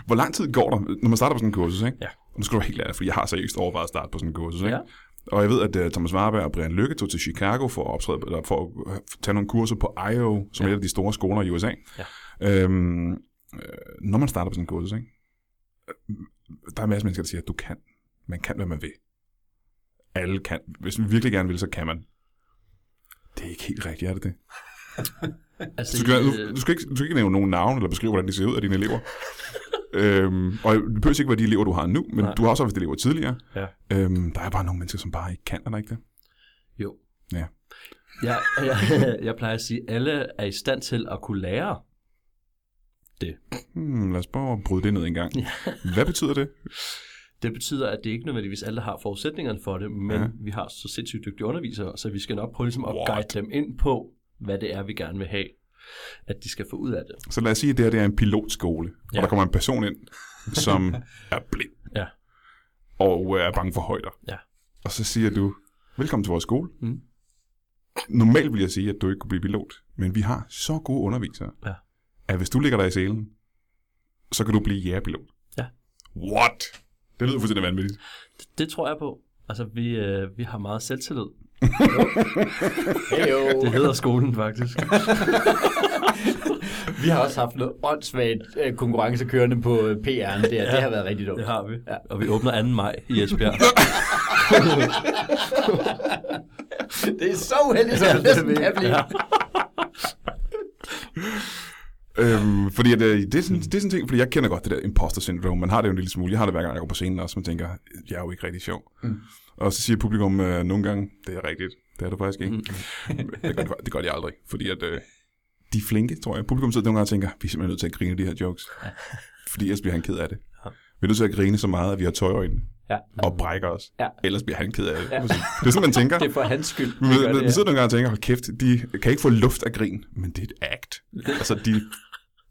S1: Hvor lang tid går der, når man starter på sådan en kursus, ikke?
S3: Ja.
S1: Og nu skal du være helt ærlig, fordi jeg har seriøst overvejet at starte på sådan en kursus, ikke?
S3: Ja.
S1: Og jeg ved, at uh, Thomas Warberg og Brian Lykke tog til Chicago for at, optræde, eller for at øh, tage nogle kurser på IO, som ja. er en af de store skoler i USA.
S3: Ja.
S1: Øhm, øh, når man starter på sådan en kursus, ikke? Øh, der er masser af mennesker, der siger, at du kan. Man kan, hvad man vil. Alle kan. Hvis man virkelig gerne vil, så kan man. Det er ikke helt rigtigt, er det det? Du
S3: Altså,
S1: skal,
S3: øh,
S1: du, du, skal ikke, du skal ikke nævne nogen navn eller beskrive, hvordan de ser ud af dine elever. øhm, og det behøver ikke være de elever, du har nu, men Nej.
S3: Nej.
S1: du har også haft elever tidligere.
S3: Ja.
S1: Øhm, der er bare nogle mennesker, som bare ikke kan, er der ikke det?
S3: Jo.
S1: Ja.
S3: Jeg, jeg, jeg plejer at sige, at alle er i stand til at kunne lære.
S1: Hmm, lad os bare bryde det ned en gang. Hvad betyder det?
S3: Det betyder, at det ikke nødvendigvis alle har forudsætningerne for det, men
S1: Ja.
S3: ja. vi har så sindssygt dygtige undervisere, så vi skal nok prøve ligesom, at
S1: What?
S3: guide dem ind på, hvad det er, vi gerne vil have, at de skal få ud af det.
S1: Så lad os sige, at det her det er en pilotskole, ja.
S3: Ja.
S1: og der kommer en person ind, som er blind
S3: Ja.
S1: og øh, er bange for højder.
S3: Ja.
S1: Og så siger du, velkommen til vores skole.
S3: Mm.
S1: Normalt vil jeg sige, at du ikke kunne blive pilot, men vi har så gode undervisere,
S3: Ja.
S1: at hvis du ligger dig i selen, så kan du blive jægerpilot.
S3: Ja.
S1: What? Det lyder fuldstændig vanvittigt.
S3: Det tror jeg på. Altså, vi, øh, vi har meget selvtillid.
S2: Hello.
S3: Det hedder skolen, faktisk.
S2: Vi har også haft noget åndssvagt øh, konkurrence kørende på øh, PR'en der. Det har været rigtig dumt.
S3: Det har vi.
S2: Ja.
S3: Ja. Og vi åbner 2. maj i Esbjerg.
S2: Det er så uheldigt, som det næsten kan blive.
S1: Øhm, fordi at, øh, det, er sådan, det er sådan en ting, fordi jeg kender godt det der imposter syndrome. Man har det jo en lille smule. Jeg har det hver gang, jeg går på scenen også. Man tænker, jeg er jo ikke rigtig sjov. Mm. Og så siger publikum øh, nogle gange, det er rigtigt. Det er du faktisk ikke. Mm. det, gør, de- det gør de aldrig. Fordi at, øh, de er flinke, tror jeg. Publikum sidder nogle gange og tænker, vi er simpelthen nødt til at grine af de her jokes. fordi ellers bliver han ked af det. Vi er nødt til at grine så meget, at vi har tøjøjne
S2: Ja.
S1: og brækker os.
S2: Ja.
S1: Ellers bliver han ked af det. Ja. Det er sådan, man tænker.
S2: Det er for hans skyld.
S1: Men,
S2: vi gør
S1: men,
S2: det
S1: man
S2: her.
S1: sidder nogle gange og tænker, hold kæft, de kan ikke få luft af grin, men det er et act. altså, de,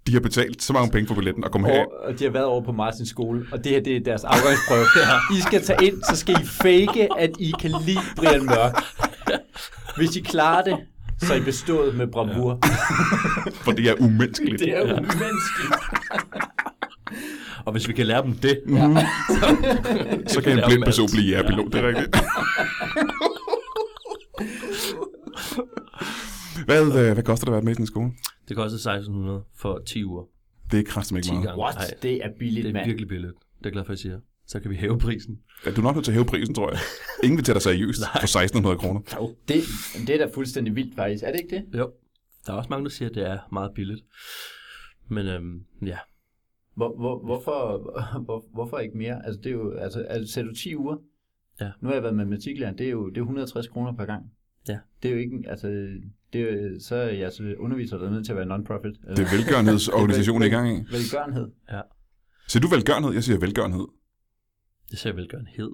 S1: de har betalt så mange penge for billetten og kommer her.
S2: Og, og de har været over på Martins skole, og det her det er deres afgangsprøve. I skal tage ind, så skal I fake, at I kan lide Brian Mørk. Hvis I klarer det, så er I bestået med bravur. Ja.
S1: for det er umenneskeligt.
S2: Det er jo umenneskeligt.
S3: og hvis vi kan lære dem det,
S1: så kan en
S3: det er
S1: blind
S3: jo
S1: person
S3: alt.
S1: blive jægerpilot, det er rigtigt. hvad, øh, hvad koster det at være med i sådan en skole?
S3: det koster 1600 for 10 uger.
S1: Det er kraftigt ikke
S3: 10
S1: meget.
S3: gange.
S2: What?
S3: Ej,
S2: Det er billigt,
S3: det er
S2: mand.
S3: virkelig billigt. Det er jeg glad for, at I siger. Så kan vi hæve prisen.
S1: Ja, Du er nok nødt til at hæve prisen, tror jeg. Ingen vil tage dig seriøst for 1600 kroner.
S2: Det, det er da fuldstændig vildt, faktisk. Er det ikke det?
S3: Jo. Der er også mange, der siger, at det er meget billigt. Men øhm, ja,
S2: Hvor, hvor, hvorfor, hvor, hvorfor ikke mere? Altså, det er jo, altså, altså sætter du 10 uger?
S3: Ja.
S2: Nu har jeg været matematiklærer, det er jo det er 160 kroner per gang.
S3: Ja.
S2: Det er jo ikke, en- altså, det er, jo- så er jeres underviser der er nødt til at være non-profit.
S1: Det er velgørenhedsorganisationen i gang i.
S2: Velgørenhed.
S1: Siger du velgørenhed? Jeg siger velgørenhed.
S3: det ser jeg vel gøre en hed.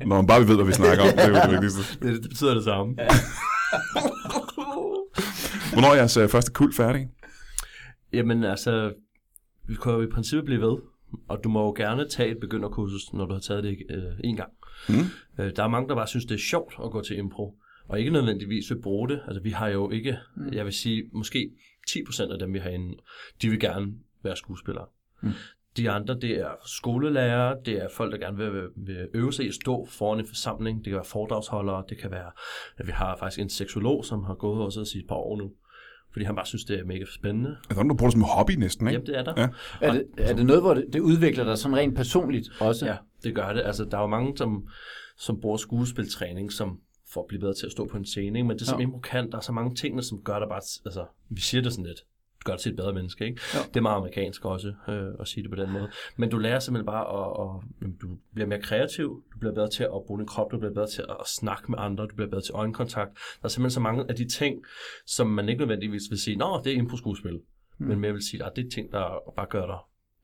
S1: Når man bare ved, hvad vi snakker om, det er jo det vigtigste.
S3: Det, det betyder det samme. Ja.
S1: Hvornår er jeres øh, første kul færdig?
S3: Jamen altså, vi kan jo i princippet blive ved. Og du må jo gerne tage et begynderkursus, når du har taget det øh, en gang. Mm. Øh, der er mange, der bare synes, det er sjovt at gå til impro. Og ikke nødvendigvis vil bruge det. Altså vi har jo ikke, mm. jeg vil sige, måske 10% af dem, vi har inde, de vil gerne være skuespillere.
S2: Mm.
S3: De andre, det er skolelærere, det er folk, der gerne vil, vil, vil øve sig i at stå foran en forsamling, det kan være foredragsholdere, det kan være, vi har faktisk en seksolog, som har gået hos os i et par år nu, fordi han bare synes, det er mega spændende.
S1: Er der nogen, der bruger det som hobby næsten, ikke?
S3: Jamen, det er der.
S1: Ja.
S2: Er det, er det noget, hvor det, det udvikler dig sådan rent personligt også?
S3: Ja, det gør det. Altså, der er jo mange, som, som bruger skuespiltræning, som for at blive bedre til at stå på en scene, ikke? men det som
S2: Ja.
S3: ja. impro kan, der er så mange ting, der, som gør dig bare, altså, vi siger det sådan lidt, gør dig til et bedre menneske, ikke?
S2: Jo.
S3: Det er meget amerikansk også, øh, at sige det på den måde. Men du lærer simpelthen bare at, og, jamen, du bliver mere kreativ, du bliver bedre til at bruge din krop, du bliver bedre til at, at snakke med andre, du bliver bedre til øjenkontakt. Der er simpelthen så mange af de ting, som man ikke nødvendigvis vil sige, nå, det er impro-skuespil, mm. men mere vil sige, at det er ting, der bare gør dig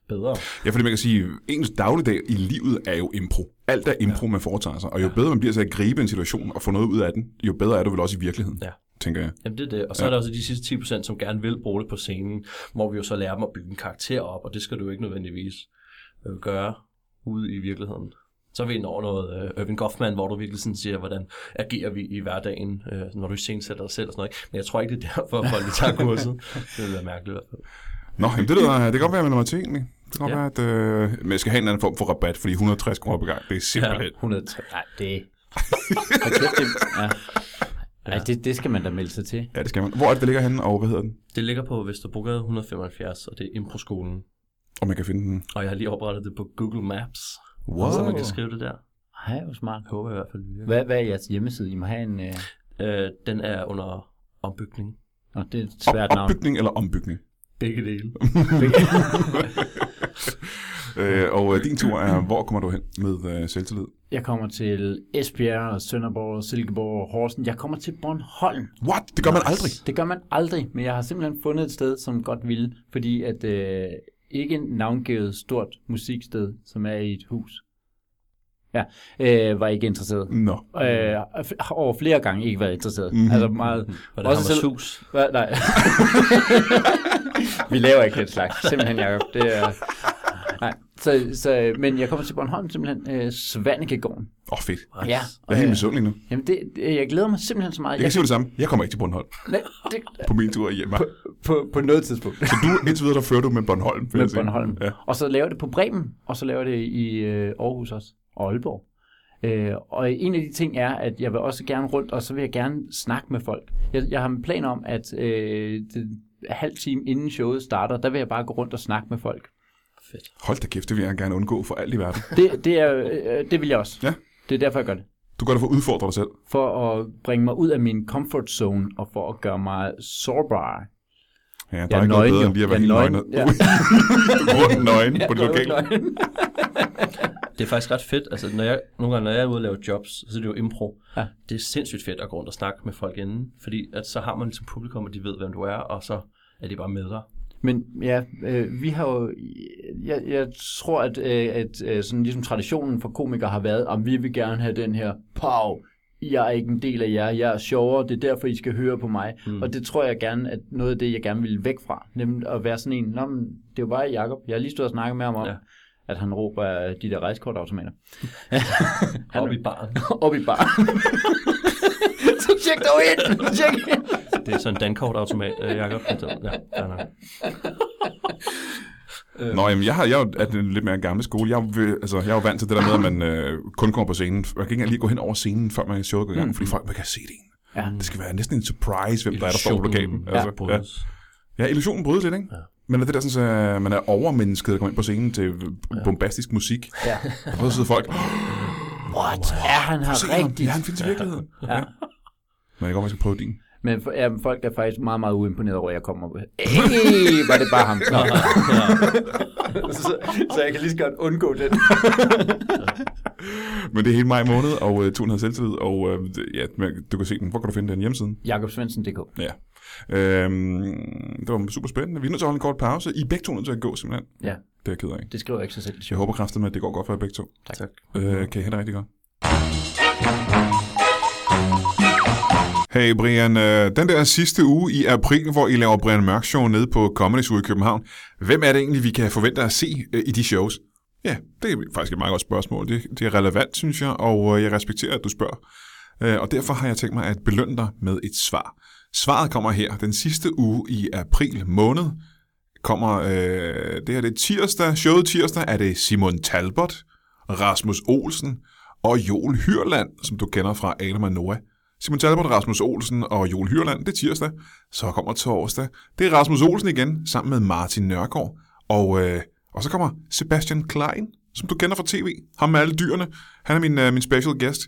S3: bedre.
S1: Ja, fordi man kan sige, ens dagligdag i livet er jo impro. Alt er impro, ja. man foretager sig. Og jo bedre man bliver til at gribe en situation og få noget ud af den, jo bedre er du vel også i virkeligheden,
S3: Ja.
S1: tænker jeg.
S3: Jamen det er det. Og så ja. er der også de sidste 10%, som gerne vil bruge det på scenen, hvor vi jo så lærer dem at bygge en karakter op, og det skal du jo ikke nødvendigvis øh, gøre ude i virkeligheden. Så er vi inde over noget øh, Irving Goffman, hvor du virkelig sådan siger, hvordan agerer vi i hverdagen, øh, når du iscenesætter dig selv og sådan noget. ikke? Men jeg tror ikke, det er derfor, at folk lige tager kurset. Det vil være mærkeligt i hvert fald.
S1: Nå, jamen, det, lyder, det kan godt være, at man er til egentlig. Det kan godt
S3: Ja.
S1: være, at øh, man skal have en eller anden form for rabat, fordi 160 kroner per gang, det er simpelthen... Ja.
S2: 103. Nej, det... Hold kæft, det... Ja. Ej, det, det skal man da melde sig til.
S1: ja, det skal man. Hvor er det, det ligger henne, og hvad hedder den?
S3: Det ligger på Vesterbrogade 175, og det er Improskolen.
S1: Og man kan finde den.
S3: Og jeg har lige oprettet det på Google Maps,
S1: Wow.
S3: så man kan skrive det der.
S2: Hej, hvor smart.
S3: Jeg håber i hvert fald, det virker.
S2: Hvad, hvad er jeres hjemmeside? I må have en... Øh...
S3: Øh, den er under ombygning.
S2: Nå, det er et
S1: Op-
S2: svært navn.
S1: opbygning eller ombygning?
S3: Begge dele.
S1: øh, og øh, din tur er, hvor kommer du hen med øh, selvtillid?
S2: Jeg kommer til Esbjerg, og Sønderborg, Silkeborg og Horsen. Jeg kommer til Bornholm.
S1: What? Det gør nice. man aldrig.
S2: Det gør man aldrig, men jeg har simpelthen fundet et sted, som godt ville, fordi at øh, ikke en navngivet stort musiksted, som er i et hus, ja, øh, var ikke interesseret.
S1: Nå.
S2: Øh, f- har over flere gange ikke været interesseret. Mm-hmm. Altså meget...
S3: Var det Hammershus?
S2: Hva, nej. Vi laver ikke den slags, simpelthen Jacob. Det er... Nej, så, så, men jeg kommer til Bornholm simpelthen, øh, Svannekegården.
S1: Åh, oh, fedt.
S2: Ja,
S1: Jeg er helt misundelig nu.
S2: Jamen, det, det, jeg glæder mig simpelthen så meget.
S1: Jeg
S2: Jeg,
S1: kan sige det samme. Jeg kommer ikke til Bornholm
S2: nej, det,
S1: på min tur hjemme.
S2: på, på noget tidspunkt.
S1: Så du, indtil videre, der fører du med Bornholm. vil jeg
S2: med
S1: sige.
S2: Bornholm.
S1: Ja.
S2: Ja. Og så laver det på Bremen, og så laver det i øh, Aarhus også, og Aalborg. Øh, og en af de ting er, at jeg vil også gerne rundt, og så vil jeg gerne snakke med folk. Jeg, jeg har en plan om, at øh, det, halv time inden showet starter, der vil jeg bare gå rundt og snakke med folk.
S3: Fedt.
S1: Hold da kæft, det vil jeg gerne undgå for alt i verden.
S2: Det, det, er, øh, det vil jeg også.
S1: Ja.
S2: Det er derfor, jeg gør det.
S1: Du gør det for at udfordre dig selv.
S2: For at bringe mig ud af min comfort zone, og for at gøre mig sårbar.
S1: Ja, der
S2: Jeg
S1: er
S2: er
S1: ikke noget
S2: nøgen,
S1: bedre,
S2: jo.
S1: end lige at være
S2: Jeg er
S1: helt nøgen.
S2: nøgen,
S1: Ja. du går rundt nøgen på det lokale.
S3: Det er faktisk ret fedt. Altså, når jeg, nogle gange, når jeg er ude og lave jobs, så er det jo impro.
S2: Ja.
S3: Det er sindssygt fedt at gå rundt og snakke med folk inden, fordi at så har man ligesom publikum, og de ved, hvem du er, og så er de bare med dig.
S2: Men ja, øh, vi har jo, jeg, jeg tror, at, øh, at øh, sådan ligesom traditionen for komikere har været, om vi vil gerne have den her, pow, jeg er ikke en del af jer, jeg er sjovere, det er derfor, I skal høre på mig. Mm. Og det tror jeg gerne, at noget af det, jeg gerne ville væk fra, nemlig at være sådan en, Nå, men, det er jo bare Jacob, jeg har lige stået og snakket med ham om,
S3: Ja.
S2: ja. at han råber øh, de der rejsekortautomater.
S3: Op i baren.
S2: Op i baren. Så tjek dog ind, tjek ind.
S3: Det er sådan en dankortautomat, øh, Jacob. Ja, ja, nej.
S1: Nå, jamen, jeg, har, jeg er jo af den lidt mere gamle skole. Jeg er, jo ved- altså, jeg er jo vant til det der med, at man øh, kun kommer på scenen. Man kan ikke engang lige gå hen over scenen, før man showet går i gang, mm. fordi folk man kan se det.
S2: Ja.
S1: Det skal være næsten en surprise, hvem der er, der står på plakaten.
S3: Altså, ja.
S1: Ja, illusionen brydes lidt, ikke? Ja. Men er det der sådan, at man er overmennesket, der kommer ind på scenen til bombastisk musik.
S2: Ja.
S1: Og så sidder folk, "Åh,
S2: What? Er han her
S1: se ham,
S2: rigtigt?
S1: ja, han findes i virkeligheden. Ja. ja. Men jeg kan godt, man skal prøve din.
S2: Men for, ja, men folk er faktisk meget, meget uimponeret over, at jeg kommer med. Hey, var det bare ham? Nå. så, så jeg kan lige så godt undgå den.
S1: Men det er hele maj måned, og øh, turen har selvtillid, og øh, det- ja, men du kan se den. Hvor kan du finde den? Hjemmesiden?
S2: Jakobsvendsen.dk.
S1: Ja. Øhm, det var super spændende. Vi er nødt til at holde en kort pause. I er begge to nødt til at gå, simpelthen.
S2: Ja,
S1: Det er jeg ked af.
S2: det skriver jeg ikke så selv.
S1: Jeg håber kraftigt med, at det går godt for jer begge to.
S3: Tak. tak.
S1: Øh, kan I have det rigtig godt. Hey Brian, øh, den der sidste uge i april, hvor I laver Brian Mørk Show nede på Comedy Zoo i København, hvem er det egentlig, vi kan forvente at se øh, i de shows? Ja, det er faktisk et meget godt spørgsmål. Det, det er relevant, synes jeg, og øh, jeg respekterer, at du spørger. Øh, og derfor har jeg tænkt mig at belønne dig med et svar. Svaret kommer her. Den sidste uge i april måned kommer, øh, det her det er tirsdag, showet tirsdag, er det Simon Talbot, Rasmus Olsen og Joel Hyrland, som du kender fra Adam og Noah. Simon Talbot, Rasmus Olsen og Joel Hyrland, det er tirsdag. Så kommer torsdag. Det er Rasmus Olsen igen, sammen med Martin Nørgaard. Og, øh, og så kommer Sebastian Klein, som du kender fra tv. Ham med alle dyrene. Han er min, øh, min special guest.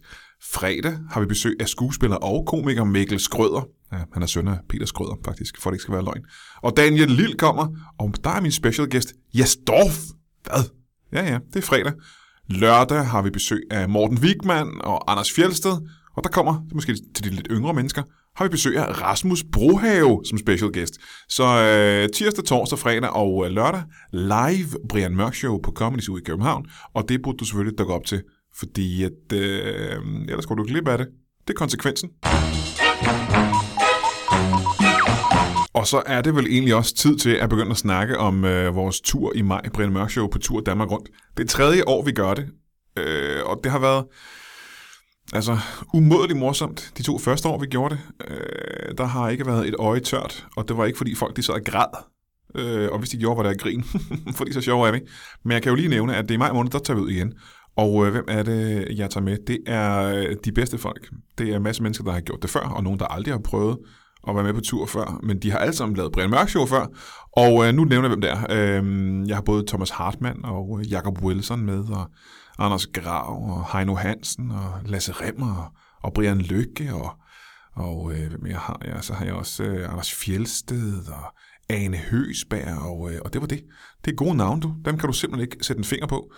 S1: Fredag har vi besøg af skuespiller og komiker Mikkel Skrøder. Ja, han er søn af Peter Skrøder, faktisk, for det ikke skal være løgn. Og Daniel Lille kommer, og der er min special guest, Jes Dorf. Hvad? Ja, ja, det er fredag. Lørdag har vi besøg af Morten Wigman og Anders Fjelsted, og der kommer, det er måske til de lidt yngre mennesker, har vi besøg af Rasmus Brohave som special guest. Så øh, tirsdag, torsdag, fredag og øh, lørdag, live Brian Mørk Show på Comedy Zoo i København, og det burde du selvfølgelig dukke op til, fordi at, øh, ellers går du glip af det. Det er konsekvensen. Og så er det vel egentlig også tid til at begynde at snakke om øh, vores tur i maj, Brian Mørk Show, på tur Danmark rundt. Det er tredje år, vi gør det, øh, og det har været altså umådeligt morsomt. De to første år, vi gjorde det, øh, der har ikke været et øje tørt, og det var ikke, fordi folk de sad og græd. Øh, og hvis de gjorde, var der grin, fordi så sjov er vi. ikke? Men jeg kan jo lige nævne, at det er i maj måned, der tager vi ud igen. Og øh, hvem er det, jeg tager med? Det er øh, de bedste folk. Det er en masse mennesker, der har gjort det før, og nogen, der aldrig har prøvet at være med på tur før. Men de har alle sammen lavet Brian Mørk Show før. Og øh, nu nævner jeg, hvem det er. Øh, jeg har både Thomas Hartmann og øh, Jacob Wilson med, og Anders Grav, og Heino Hansen, og Lasse Remmer, og, og Brian Lykke, og og øh, hvem jeg har jeg? Så har jeg også øh, Anders Fjelsted og Ane Høsberg, og, øh, og det var det. Det er gode navne, du. Dem kan du simpelthen ikke sætte en finger på.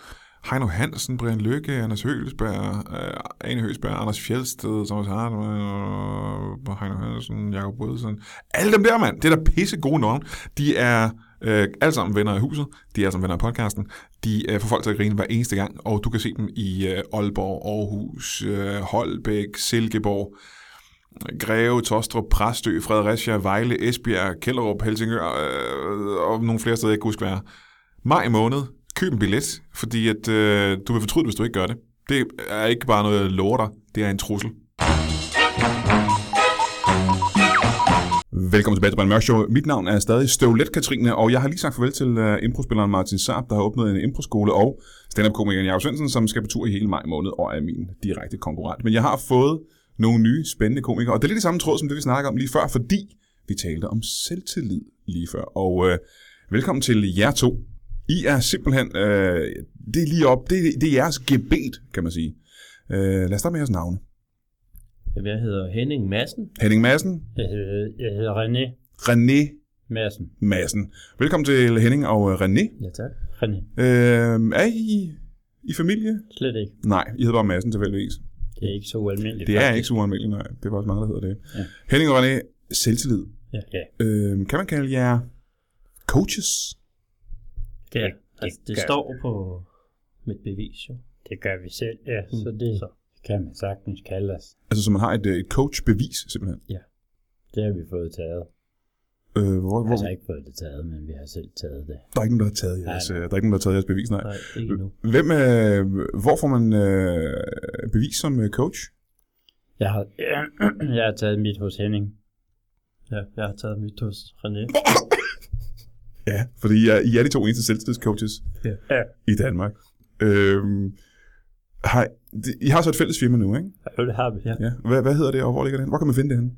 S1: Heino Hansen, Brian Lykke, Anders Høsberg, øh, Ane Høsberg, Anders Fjelsted, Thomas Hartmann, øh, Heino Hansen, Jakob Wilson. Alle dem der, mand. Det er da pisse gode navne. De er øh, alle sammen venner af huset. De er alle sammen venner af podcasten. De øh, får folk til at grine hver eneste gang, og du kan se dem i øh, Aalborg, Aarhus, øh, Holbæk, Silkeborg, Greve, Tostrup, Præstø, Fredericia, Vejle, Esbjerg, Kjellerup, Helsingør øh, og nogle flere steder, jeg ikke kan huske hvad er. Maj måned, køb en billet, fordi at, øh, du vil fortryde, hvis du ikke gør det. Det er ikke bare noget, jeg lover dig. Det er en trussel. Velkommen tilbage til Brian Mørk Show. Mit navn er stadig Støvlet Katrine, og jeg har lige sagt farvel til uh, improspilleren Martin Saab, der har åbnet en improskole, og stand-up-komikeren Jacob Svendsen, som skal på tur i hele maj måned og er min direkte konkurrent. Men jeg har fået nogle nye spændende komikere. Og det er lidt i samme tråd som det, vi snakkede om lige før, fordi vi talte om selvtillid lige før. Og øh, velkommen til jer to. I er simpelthen, øh, det er lige op, det, det er jeres gebet, kan man sige. Øh, lad os starte med jeres navne.
S3: Jeg hedder Henning Madsen.
S1: Henning Madsen,
S4: Jeg hedder, jeg hedder René
S1: René
S4: Madsen.
S1: Madsen. Velkommen til Henning og øh, René.
S3: Ja, tak.
S4: René,
S1: Øh, er I i familie?
S4: slet ikke.
S1: Nej, I hedder bare Madsen tilfældigvis.
S4: Det er ikke så ualmindeligt.
S1: Det er
S4: faktisk.
S1: ikke så ualmindeligt, nej. Det er faktisk mange, der hedder det.
S4: Ja.
S1: Henning og René, selvtillid.
S4: Ja, ja.
S1: Øh, kan man kalde jer coaches?
S4: Det,
S3: Ja,
S4: det,
S3: altså, det
S4: gør,
S3: står på mit bevis, jo.
S4: det gør vi selv, ja.
S3: Mm,
S4: Så det
S3: så.
S4: kan man sagtens kalde os.
S1: Altså, så man har et, øh, et coachbevis, simpelthen.
S4: Det har vi fået taget.
S1: Øh, hvor, hvor,
S4: Altså ikke fået det taget, men vi har selv taget det.
S1: der er ikke nogen, der har taget jeres,
S4: Nej,
S1: øh, der er ikke nogen, der har taget jeres bevis, nej.
S3: Nej, ikke endnu.
S1: Hvem, øh, hvor får man øh, bevis som øh, coach?
S4: Jeg har, jeg har taget mit hos Henning.
S3: Ja, jeg har taget mit hos René.
S1: Ja, fordi I er, I er de to eneste selvtidscoaches
S3: Ja.
S4: Ja.
S1: i Danmark. Øh, har, det, I har så et fælles firma nu, ikke?
S4: Jo, det har vi. Ja.
S1: Ja. Hvad, hvad hedder det, og hvor ligger det hen? Hvor kan man finde det hen?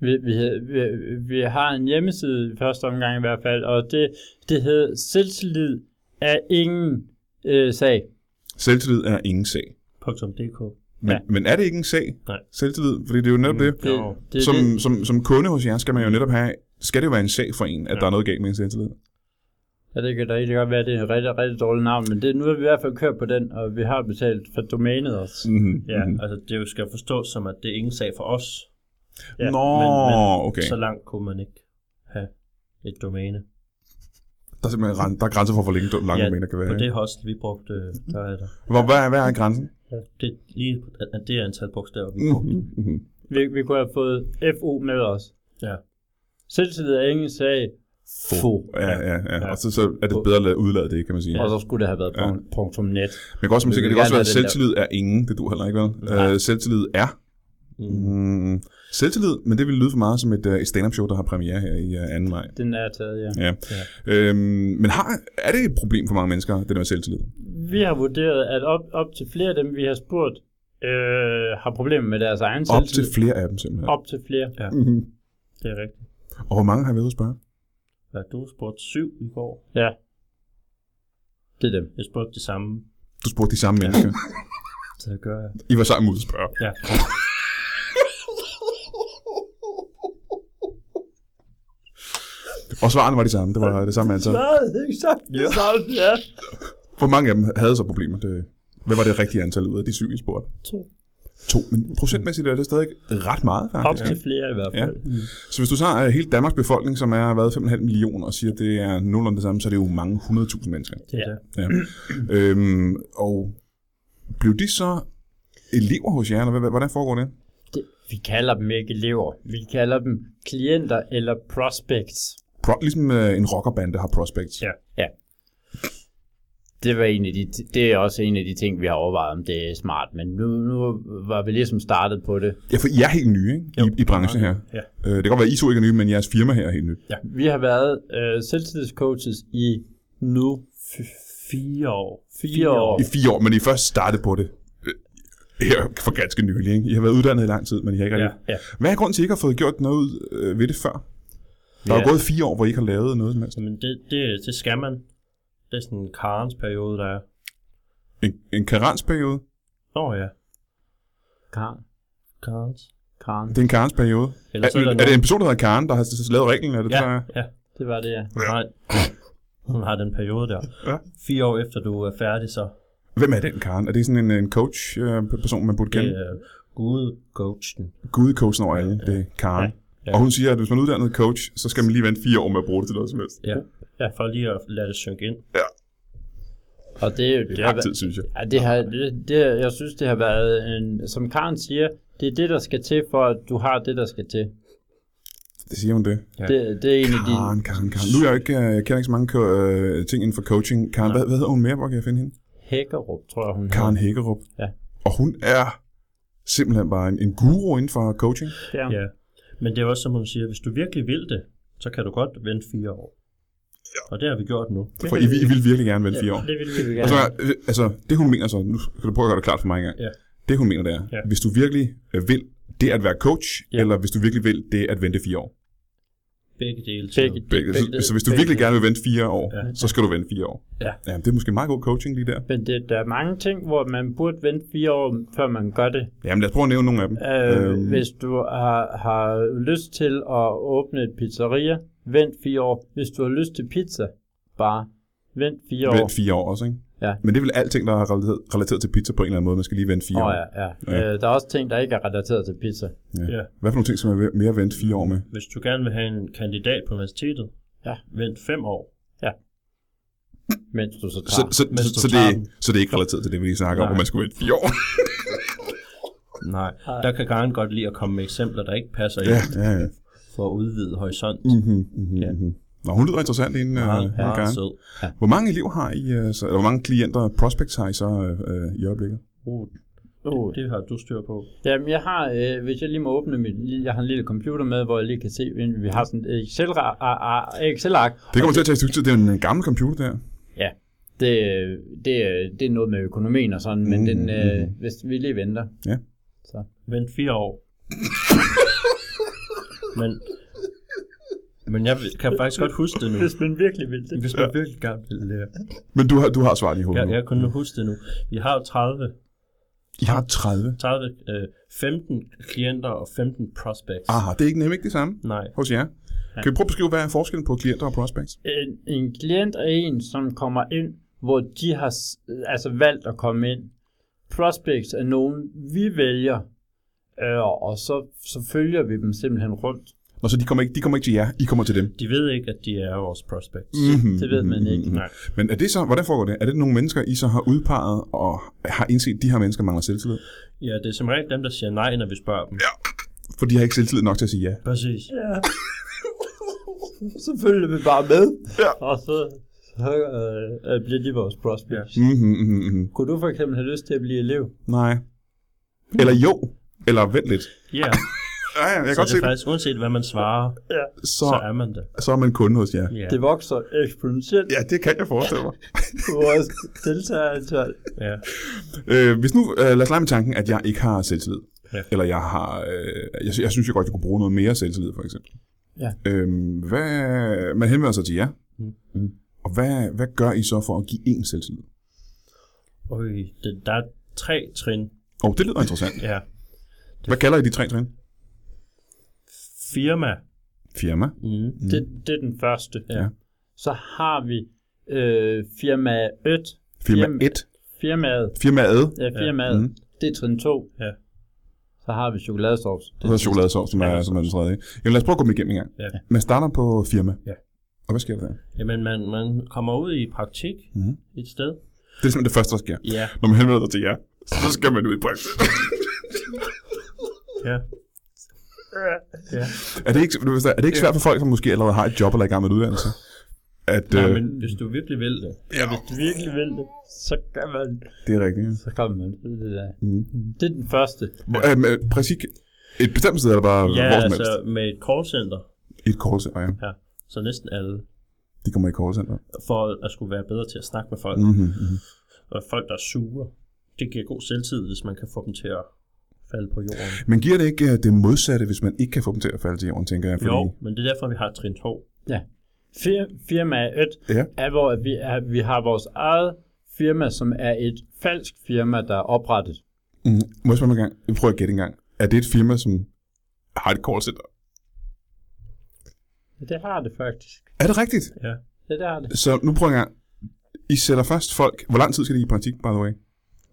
S4: Vi, vi, vi, vi har en hjemmeside i første omgang i hvert fald, og det, det hedder Selvtillid er ingen øh, sag.
S1: Selvtillid er ingen sag.
S3: .dk.
S1: Men,
S4: Ja.
S1: men er det ikke en sag?
S3: Nej.
S1: Selvtillid, fordi det er jo netop det.
S4: Det,
S3: Jo.
S4: det,
S1: som,
S4: det,
S1: Som, som kunde hos jer skal man jo netop have, skal det jo være en sag for en, at ja.
S3: Ja.
S1: der er noget galt med ens selvtillid.
S4: ja, det kan da rigtig godt være, at det er et rigtig, rigtig dårligt navn, men det, nu har vi i hvert fald kørt på den, og vi har betalt for domænet også.
S1: Mm-hmm.
S3: Ja, altså det jo skal forstås som, at det er ingen sag for os.
S4: Ja,
S1: Nå,
S3: men- men-
S1: okay.
S3: Så langt kunne man ikke have et domæne.
S1: Der er simpelthen ren- der er grænser for, hvor længe lange ja, kan være.
S3: på
S1: ikke?
S3: det hostel, vi brugte, øh, der er der.
S1: Hvor, hvad, er, hvad er grænsen?
S3: Det er lige at det antal bogstaver, vi brugte.
S1: Mm-hmm. Mm-hmm.
S4: Mm. Vi, vi kunne have fået FO med os.
S3: Ja.
S4: Selvtillid er ingen sag. Fo.
S1: Ja, ja, ja.
S3: Ja.
S1: Og så, så er det bedre at lade udlade det, kan man sige.
S4: Og så skulle det have været
S1: Ja.
S4: punkt, punktum net.
S1: Men det kan også, man
S4: Vi vil
S1: sikkert, det kan også
S4: gerne
S1: være, at
S4: have den
S1: selvtillid er ingen. Det du heller ikke, vel? Øh, selvtillid er. Mm. Selvtillid, men det vil lyde for meget som et, øh, et stand-up show, der har premiere her i øh, 2. maj.
S4: Den er taget, ja.
S1: Ja. ja. Øhm, men har, er det et problem for mange mennesker, det der med selvtillid?
S4: Vi har vurderet, at op, op til flere af dem, vi har spurgt, øh, har problemer med deres egen
S1: Op til
S4: selvtillid.
S1: flere af dem, simpelthen.
S4: Op til flere.
S1: Mm-hmm.
S3: Det er rigtigt.
S1: Og hvor mange har været ude at spørge?
S3: Ja, du spurgte syv i går.
S4: Ja. Det er dem.
S3: Jeg spurgte det samme,
S1: Du spurgte de samme mennesker.
S3: så det gør jeg.
S1: I var sammen ude at spørge.
S3: Ja.
S1: Og svarene var de samme. Det var det samme antal.
S4: det er ikke så.
S1: Ja.
S4: ja.
S1: Hvor mange af dem havde så problemer? Det, hvad var det rigtige antal ud af de syv, I spurgte?
S4: To.
S1: To. Men procentmæssigt er det stadig ret meget,
S4: Op
S1: faktisk.
S4: til flere i hvert
S1: Ja.
S4: fald. Ja.
S1: Så hvis du så har hele Danmarks befolkning, som er været 5,5 millioner, og siger, at det er nogenlunde det samme, så er det jo mange 100.000 mennesker.
S3: Det er
S4: Ja.
S3: ja. det.
S1: Ja. øhm, og blev de så elever hos jer, eller hvad- hvordan foregår det?
S4: Det, vi kalder dem ikke elever. Vi kalder dem klienter eller prospects.
S1: Pro, ligesom øh, en rockerbande har prospects.
S3: Ja.
S4: Ja. det, var en af de, det er også en af de ting, vi har overvejet, om det er smart. Men nu, nu var vi ligesom startet på det.
S1: Ja, for I er helt nye ikke? I, i branchen her.
S3: Ja.
S1: Øh, det kan godt være, at I to ikke er nye, men jeres firma her er helt nyt.
S4: Vi har været øh, selvtidscoaches i nu f- fire år. Fire år.
S1: I fire år, men I først startede på det øh, her for ganske nylig. Ikke? I har været uddannet i lang tid, men I har ikke rigtig...
S4: Ja.
S1: Hvad er grunden til, at I ikke har fået gjort noget øh, ved det før? Der er
S3: Ja.
S1: jo gået fire år, hvor I ikke har lavet noget som helst.
S3: Men det, det, det skal man. Det er sådan en karens periode, der er.
S1: En, en karensperiode.
S3: Nå ja,
S4: Karen.
S3: karens.
S4: Karen.
S1: Det er en karensperiode. Er,
S3: Ellers
S1: er, er det en person, der hedder Karen, der har s- s- lavet reglen? Er det
S3: Ja,
S1: der?
S3: ja.
S4: Det var det, ja.
S3: Nej. Hun har den periode der.
S1: Ja.
S3: Fire år efter du er færdig, så
S1: Hvem er den Karen? Er det sådan en, en coach-person, man burde kende?
S3: det
S4: Øh,
S3: er gode coachen.
S1: Gudecoachen over alle, det er Karen.
S3: Ja.
S1: Og hun siger, at hvis man er uddannet coach, så skal man lige vente fire år med at bruge det til noget som helst.
S3: Ja. ja. For lige at lade det synke ind.
S4: Og det, er jo- det,
S1: Det
S4: har,
S1: er lang
S4: været-
S1: tid, synes jeg.
S4: Ja, det har, det, det, jeg synes, det har været, en, som Karen siger, det er det, der skal til, for at du har det, der skal til.
S1: Det siger hun det.
S3: Ja.
S4: Det, det er en af de...
S1: Karen, Karen, Karen. Nu er jeg jo ikke, øh, jeg kender ikke så mange ko- øh, ting inden for coaching. Karen, hvad, hvad hedder hun mere? Hvor kan jeg finde hende?
S4: Hækkerup, tror jeg, hun
S1: Karen Hækkerup.
S4: Ja.
S1: Og hun er simpelthen bare en, en guru inden for coaching.
S4: hedder. Ja.
S3: Ja. Men det er også, som hun siger, hvis du virkelig vil det, så kan du godt vente fire år. Ja. Og det har vi gjort nu.
S1: For I, I vil virkelig gerne vente fire år.
S4: Det vil vi
S1: Og så,
S4: gerne.
S1: er- øh, altså, det hun mener så, nu skal du prøve at gøre det klart for mig engang.
S3: Ja.
S1: Det hun mener, det er,
S3: Ja.
S1: hvis du virkelig øh, vil det at være coach,
S3: Ja.
S1: eller hvis du virkelig vil det at vente fire år.
S3: Begge dele. til.
S4: Begge,
S1: Begge. Så, så hvis du virkelig gerne vil vente fire år, ja. så skal du vente fire år.
S3: Ja.
S1: ja. Det er måske meget god coaching lige der.
S4: Men det, der er mange ting, hvor man burde vente fire år, før man gør det.
S1: Jamen lad os prøve at nævne nogle af dem.
S4: Øh, øhm. Hvis du har, har lyst til at åbne et pizzeria, vent fire år. Hvis du har lyst til pizza, bare vent fire år.
S1: Vent fire år også, ikke?
S4: Ja.
S1: Men det er vel alting, der er relateret, relateret til pizza på en eller anden måde. Man skal lige vente fire
S4: Åh,
S1: år.
S4: ja, ja.
S1: Ja.
S4: ja. Øh, der er også ting, der ikke er relateret til pizza.
S3: Ja.
S1: Hvad for nogle ting, som er mere vente fire år med?
S3: Hvis du gerne vil have en kandidat på universitetet,
S4: Ja.
S3: vent fem år.
S4: mens du så
S1: Så,
S4: tager.
S1: så,
S3: mens
S1: så,
S3: du
S1: så, det,
S3: tager den.
S1: så det er ikke relateret til det, vi lige snakker om,
S3: Nej.
S1: hvor man skulle vente fire år.
S3: Nej,
S4: Nej.
S3: der kan Karen godt lide at komme med eksempler, der ikke passer
S1: ja,
S3: ind
S1: ja, ja.
S3: for at udvide horisont.
S1: Mm-hmm, mm-hmm, ja. Nå, hun lyder interessant inden ja,
S3: Meget,
S1: ja.
S3: meget
S1: gang.
S3: sød.
S1: Hvor mange elever har I, øh, så, eller hvor mange klienter og prospects har I så øh, øh, i øjeblikket?
S3: Uh,
S4: Uh,
S3: det har du styr på.
S4: jamen, jeg har, øh, hvis jeg lige må åbne mit, jeg har en lille computer med, hvor jeg lige kan se, ind- vi har sådan et Excel-ra- a- a- Excel-ark.
S1: Det kommer til at tage et stykke tid. Det er jo en gammel computer der.
S4: Ja, det, øh, det, øh, det er noget med økonomien og sådan, men
S1: Mhm,
S4: den,
S2: Mm-hmm.
S4: øh, hvis vi lige venter.
S3: Vent fire år. men, men jeg kan faktisk godt huske det nu.
S4: man virkelig vil
S3: Hvis man virkelig gerne vil lære.
S1: Men du har, du har svaret i hovedet
S3: Jeg,
S1: nu.
S3: jeg kunne nu huske det nu. Vi har jo 30,
S1: I har 30.
S3: 30 øh, 15 klienter og 15 prospects.
S1: Aha, det er ikke nemlig ikke det samme
S3: Nej,
S1: hos jer. Kan vi prøve at beskrive, hvad er forskellen på klienter og prospects?
S4: En, en klient er en, som kommer ind, hvor de har s- altså valgt at komme ind. Prospects er nogen, vi vælger, øh, og så, så følger vi dem simpelthen rundt.
S1: Nå, så de kommer, ikke, de kommer ikke til jer, I kommer til dem.
S3: de ved ikke, at de er vores prospects.
S1: Mm-hmm.
S4: Det ved man ikke.
S3: Nej.
S1: Men er det så, hvordan foregår det? Er det nogle mennesker, I så har udpeget og har indset, at de her mennesker mangler selvtillid?
S3: Ja, det er som regel dem, der siger nej, når vi spørger dem. Ja.
S1: For de har ikke selvtillid nok til at sige ja.
S3: Præcis.
S4: Så følger vi bare med,
S1: Ja.
S4: og så, så øh, øh, bliver de vores prospects. Ja.
S1: Mm-hmm, mm-hmm.
S4: Kunne du for eksempel have lyst til at blive elev?
S1: Nej. Eller jo. Eller vent lidt.
S3: Ja,
S1: Ja, ja, jeg
S3: jeg
S1: kan
S3: så
S1: godt
S3: det
S1: se
S3: er
S1: det.
S3: faktisk, uanset hvad man svarer,
S1: Så,
S3: så er man det.
S1: så er man kunde hos jer.
S3: Ja.
S4: Det vokser eksponentielt
S1: Ja, det kan jeg forestille mig.
S4: på vores deltagerantal.
S3: ja.
S1: Øh, hvis nu, øh, lad os lege med tanken, at jeg ikke har selvtillid. Ja.
S3: Ja.
S1: Eller jeg har, øh, jeg, sy- jeg synes jo godt, jeg kunne bruge noget mere selvtillid, for eksempel.
S4: Ja.
S1: Øhm, hvad, man henvender sig til jer.
S3: Mm.
S1: Mm. Og hvad, hvad gør I så for at give en selvtillid?
S3: Øj, det, der er tre trin.
S1: Og oh, det lyder interessant.
S3: Ja.
S1: Hvad kalder I de tre trin?
S3: Firma.
S1: Firma.
S3: Mm.
S4: Det, det er den første.
S1: Mm-hmm. Ja.
S4: Så har vi øh, firma Øt,
S1: Firma
S4: Firma.
S1: 1.
S4: firmaet,
S1: Firma ad.
S4: ja, firmaet,
S1: Ja.
S4: ja.
S1: Mhm.
S4: Mm. det er trin 2.
S3: Ja.
S4: Så har vi chokoladesovs.
S1: Og så er chokoladesovs, som er, som er den tredje. Jamen lad os prøve at gå dem igennem en gang.
S3: Ja.
S1: Man starter på firma.
S3: Ja.
S1: Og hvad sker der?
S3: Jamen, man, man kommer ud i praktik
S1: Mhm.
S3: et sted.
S1: Det er simpelthen det første, der sker.
S3: Ja.
S1: Når man henvender sig til jer, så skal man ud i praksis.
S3: ja.
S1: er, det ikke, er det ikke svært for folk, som måske allerede har et job eller er i gang med en uddannelse? at
S3: Nej,
S1: øh,
S3: men hvis du virkelig vil det,
S1: ja,
S4: Hvis du virkelig vil det, så kan man,
S1: det er rigtigt.
S4: så kan man det der.
S1: Mm.
S4: Det er den første.
S1: Ja. Øhm, øh, præcis et bestemt sted, eller bare ja,
S3: ja,
S1: hvor som helst?
S3: altså med et callcenter,
S1: I et callcenter, ja.
S3: ja, så næsten alle,
S1: De kommer i callcenter.
S3: for at skulle være bedre til at snakke med folk, mm.
S1: Mm-hmm.
S3: og folk, der er sure, det giver god selvtid, hvis man kan få dem til at falde på jorden.
S1: Men giver det ikke øh, det modsatte, hvis man ikke kan få dem til at falde til jorden, tænker jeg?
S3: Fordi... Jo, men det er derfor, vi har trin 2.
S4: Ja. Fir, firma 1
S1: Ja.
S4: er, hvor vi, er, vi har vores eget firma, som er et falsk firma, der er oprettet.
S1: Mm. Må jeg spørge mig en gang? Jeg prøver at gætte en gang. Er det et firma, som har et callcenter?
S4: Ja, det har det faktisk.
S1: Er det rigtigt?
S3: Ja.
S4: Ja, det har det.
S1: Så nu prøver jeg en gang. I sætter først folk... Hvor lang tid skal de i praktik, by the way?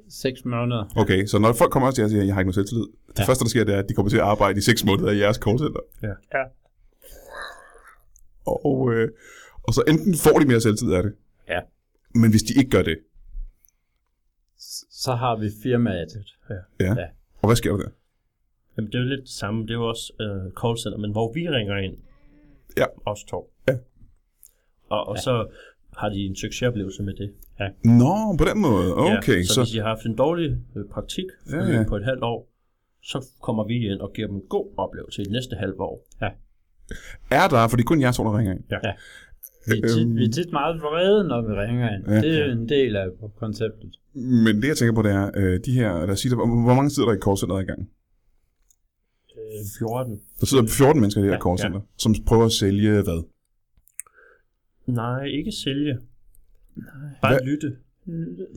S4: 6 måneder.
S1: Okay, så når folk kommer til jer og siger, at jeg har ikke noget selvtillid, det ja.
S4: Ja.
S1: første, der sker, det er, at de kommer til at arbejde i seks måneder i jeres callcenter.
S3: Ja.
S4: Ja.
S1: Og, øh, og så enten får de mere selvtid af det,
S4: Ja.
S1: men hvis de ikke gør det,
S4: Så har vi firmaet.
S1: ja. ja.
S4: Ja.
S1: Og hvad sker der der?
S3: Jamen, det er jo lidt det samme, det er jo også øh, callcenter, men hvor vi ringer ind,
S1: Ja.
S3: os to.
S1: Ja.
S3: Og, og ja. så har de en succesoplevelse med det.
S1: Nå, på den måde. Okay,
S3: ja, så,
S1: så...
S3: hvis de har haft en dårlig øh, praktik
S1: Ja,
S3: ja,
S1: ja.
S3: ja. på et halvt år, så kommer vi ind og giver dem en god oplevelse i det næste halve år.
S1: er der, fordi kun jeg tror, der ringer ind.
S4: Vi er, tit,
S1: Øhm.
S4: vi er tit meget vrede, når vi ringer ind.
S1: Ja.
S4: Ja. Det er en del af konceptet.
S1: Men det, jeg tænker på, det er, øh, de her, der siger, hvor hvor mange sidder der i callcenteret i gang?
S3: 14.
S1: Der sidder 14 mennesker i det her
S4: Ja,
S1: callcenter, ja. som prøver at sælge hvad?
S3: Nej, ikke sælge. Bare
S1: Hvad-
S3: lytte.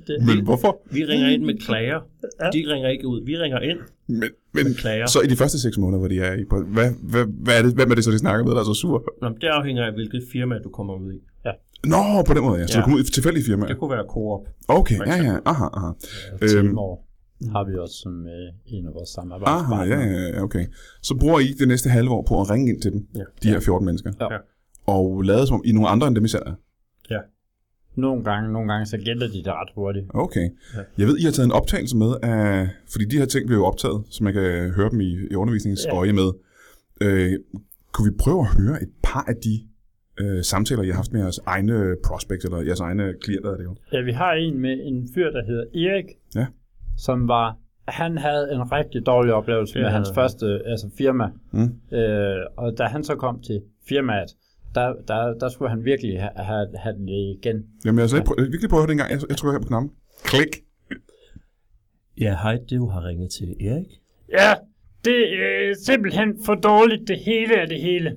S4: Det,
S1: Men hvorfor?
S3: Vi ringer ind med klager.
S4: Ja.
S3: De ringer ikke ud. Vi ringer ind.
S1: Men, men
S3: klager.
S1: så i de første seks måneder, hvor de er i... Hvad, hvad, hvad er det, hvem er det så, de snakker med, der er så sur?
S3: Nå, men det afhænger af, hvilket firma du kommer ud i.
S1: Nå, på den måde, ja. Så ja.
S3: Ja.
S1: du kommer ud i tilfældige firmaer.
S3: Det kunne være Coop.
S1: Okay, ja, ja. Aha, aha.
S4: øhm.
S1: Øhm.
S4: Timor har vi også som øh, en af vores
S1: Aha,
S4: samarbejdspartnere.
S1: ja, ja, ja, okay. Så bruger I det næste halve år på at ringe ind til dem,
S3: Ja.
S1: de her 14 mennesker.
S4: Ja.
S3: Ja.
S1: Og lade som om I er nogle andre end dem, I selv er.
S4: Nogle gange, nogle gange, så gælder de det ret hurtigt.
S1: Okay.
S3: Ja.
S1: Jeg ved, I har taget en optagelse med af... Fordi de her ting bliver jo optaget, så man kan høre dem i, i undervisningsøje med. Øh, kunne vi prøve at høre et par af de øh, samtaler, I har haft med jeres egne prospects, eller jeres egne klienter, er det jo?
S4: Ja, vi har en med en fyr, der hedder Erik,
S1: Ja.
S4: som var, han havde en rigtig dårlig oplevelse ja, med
S3: Ja.
S4: hans første altså firma.
S1: Mm.
S4: Øh, og da han så kom til firmaet, der, der, der skulle han virkelig have, have, have den igen.
S1: Jamen, jeg har prø- virkelig prøvet det en gang. Jeg, jeg trykker her på knappen. Klik.
S3: Ja, hej, det du har ringet til Erik.
S4: Ja, det er øh, simpelthen for dårligt, det hele er det hele.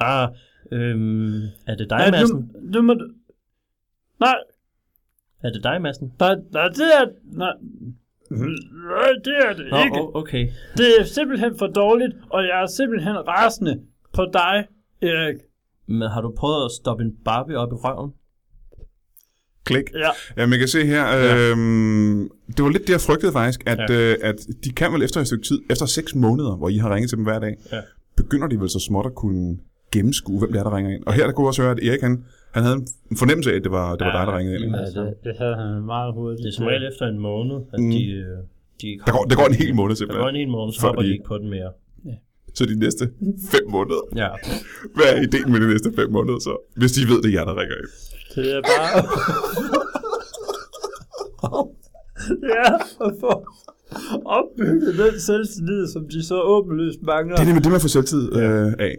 S3: Ah, øhm, er det dig,
S4: Nej,
S3: Madsen?
S4: nu, nu må du... Nej,
S3: Er det dig, Madsen?
S4: nej, nej, det er... Nej, nej, det er det
S3: Mhm. Nå,
S4: ikke.
S3: o- okay.
S4: Det er simpelthen for dårligt, og jeg er simpelthen rasende på dig, Erik.
S3: Men har du prøvet at stoppe en Barbie op i røven?
S1: Klik.
S4: Ja,
S1: Ja, man kan se her, øh, det var lidt det, jeg frygtede faktisk, at, ja. øh, at de kan vel efter et stykke tid, efter seks måneder, hvor I har ringet til dem hver dag,
S3: Ja.
S1: begynder de vel så småt at kunne gennemskue, hvem det er, der ringer ind. Og her der kunne vi også høre, at Erik, han, han havde en fornemmelse af, at det var, det var
S3: Ja,
S1: dig, der ringede ind.
S3: ja.
S4: ja det, det havde han meget hurtigt.
S3: Det er som regel efter en måned, at
S1: Mm.
S3: mm. de, øh, de ikke
S1: Der går, der går en hel måned
S3: Der går
S1: simpelthen.
S3: en hel måned, så
S1: Før
S3: hopper de
S1: de-
S3: ikke på den mere.
S1: Så de næste fem måneder.
S3: Ja.
S1: Hvad er ideen med de næste fem måneder så? Hvis de ved, det er jer, der ringer ind.
S4: Det er bare... ja, og for opbygge den selvtillid, som de så åbenlyst mangler.
S1: Det er nemlig det, man får selvtid øh, af.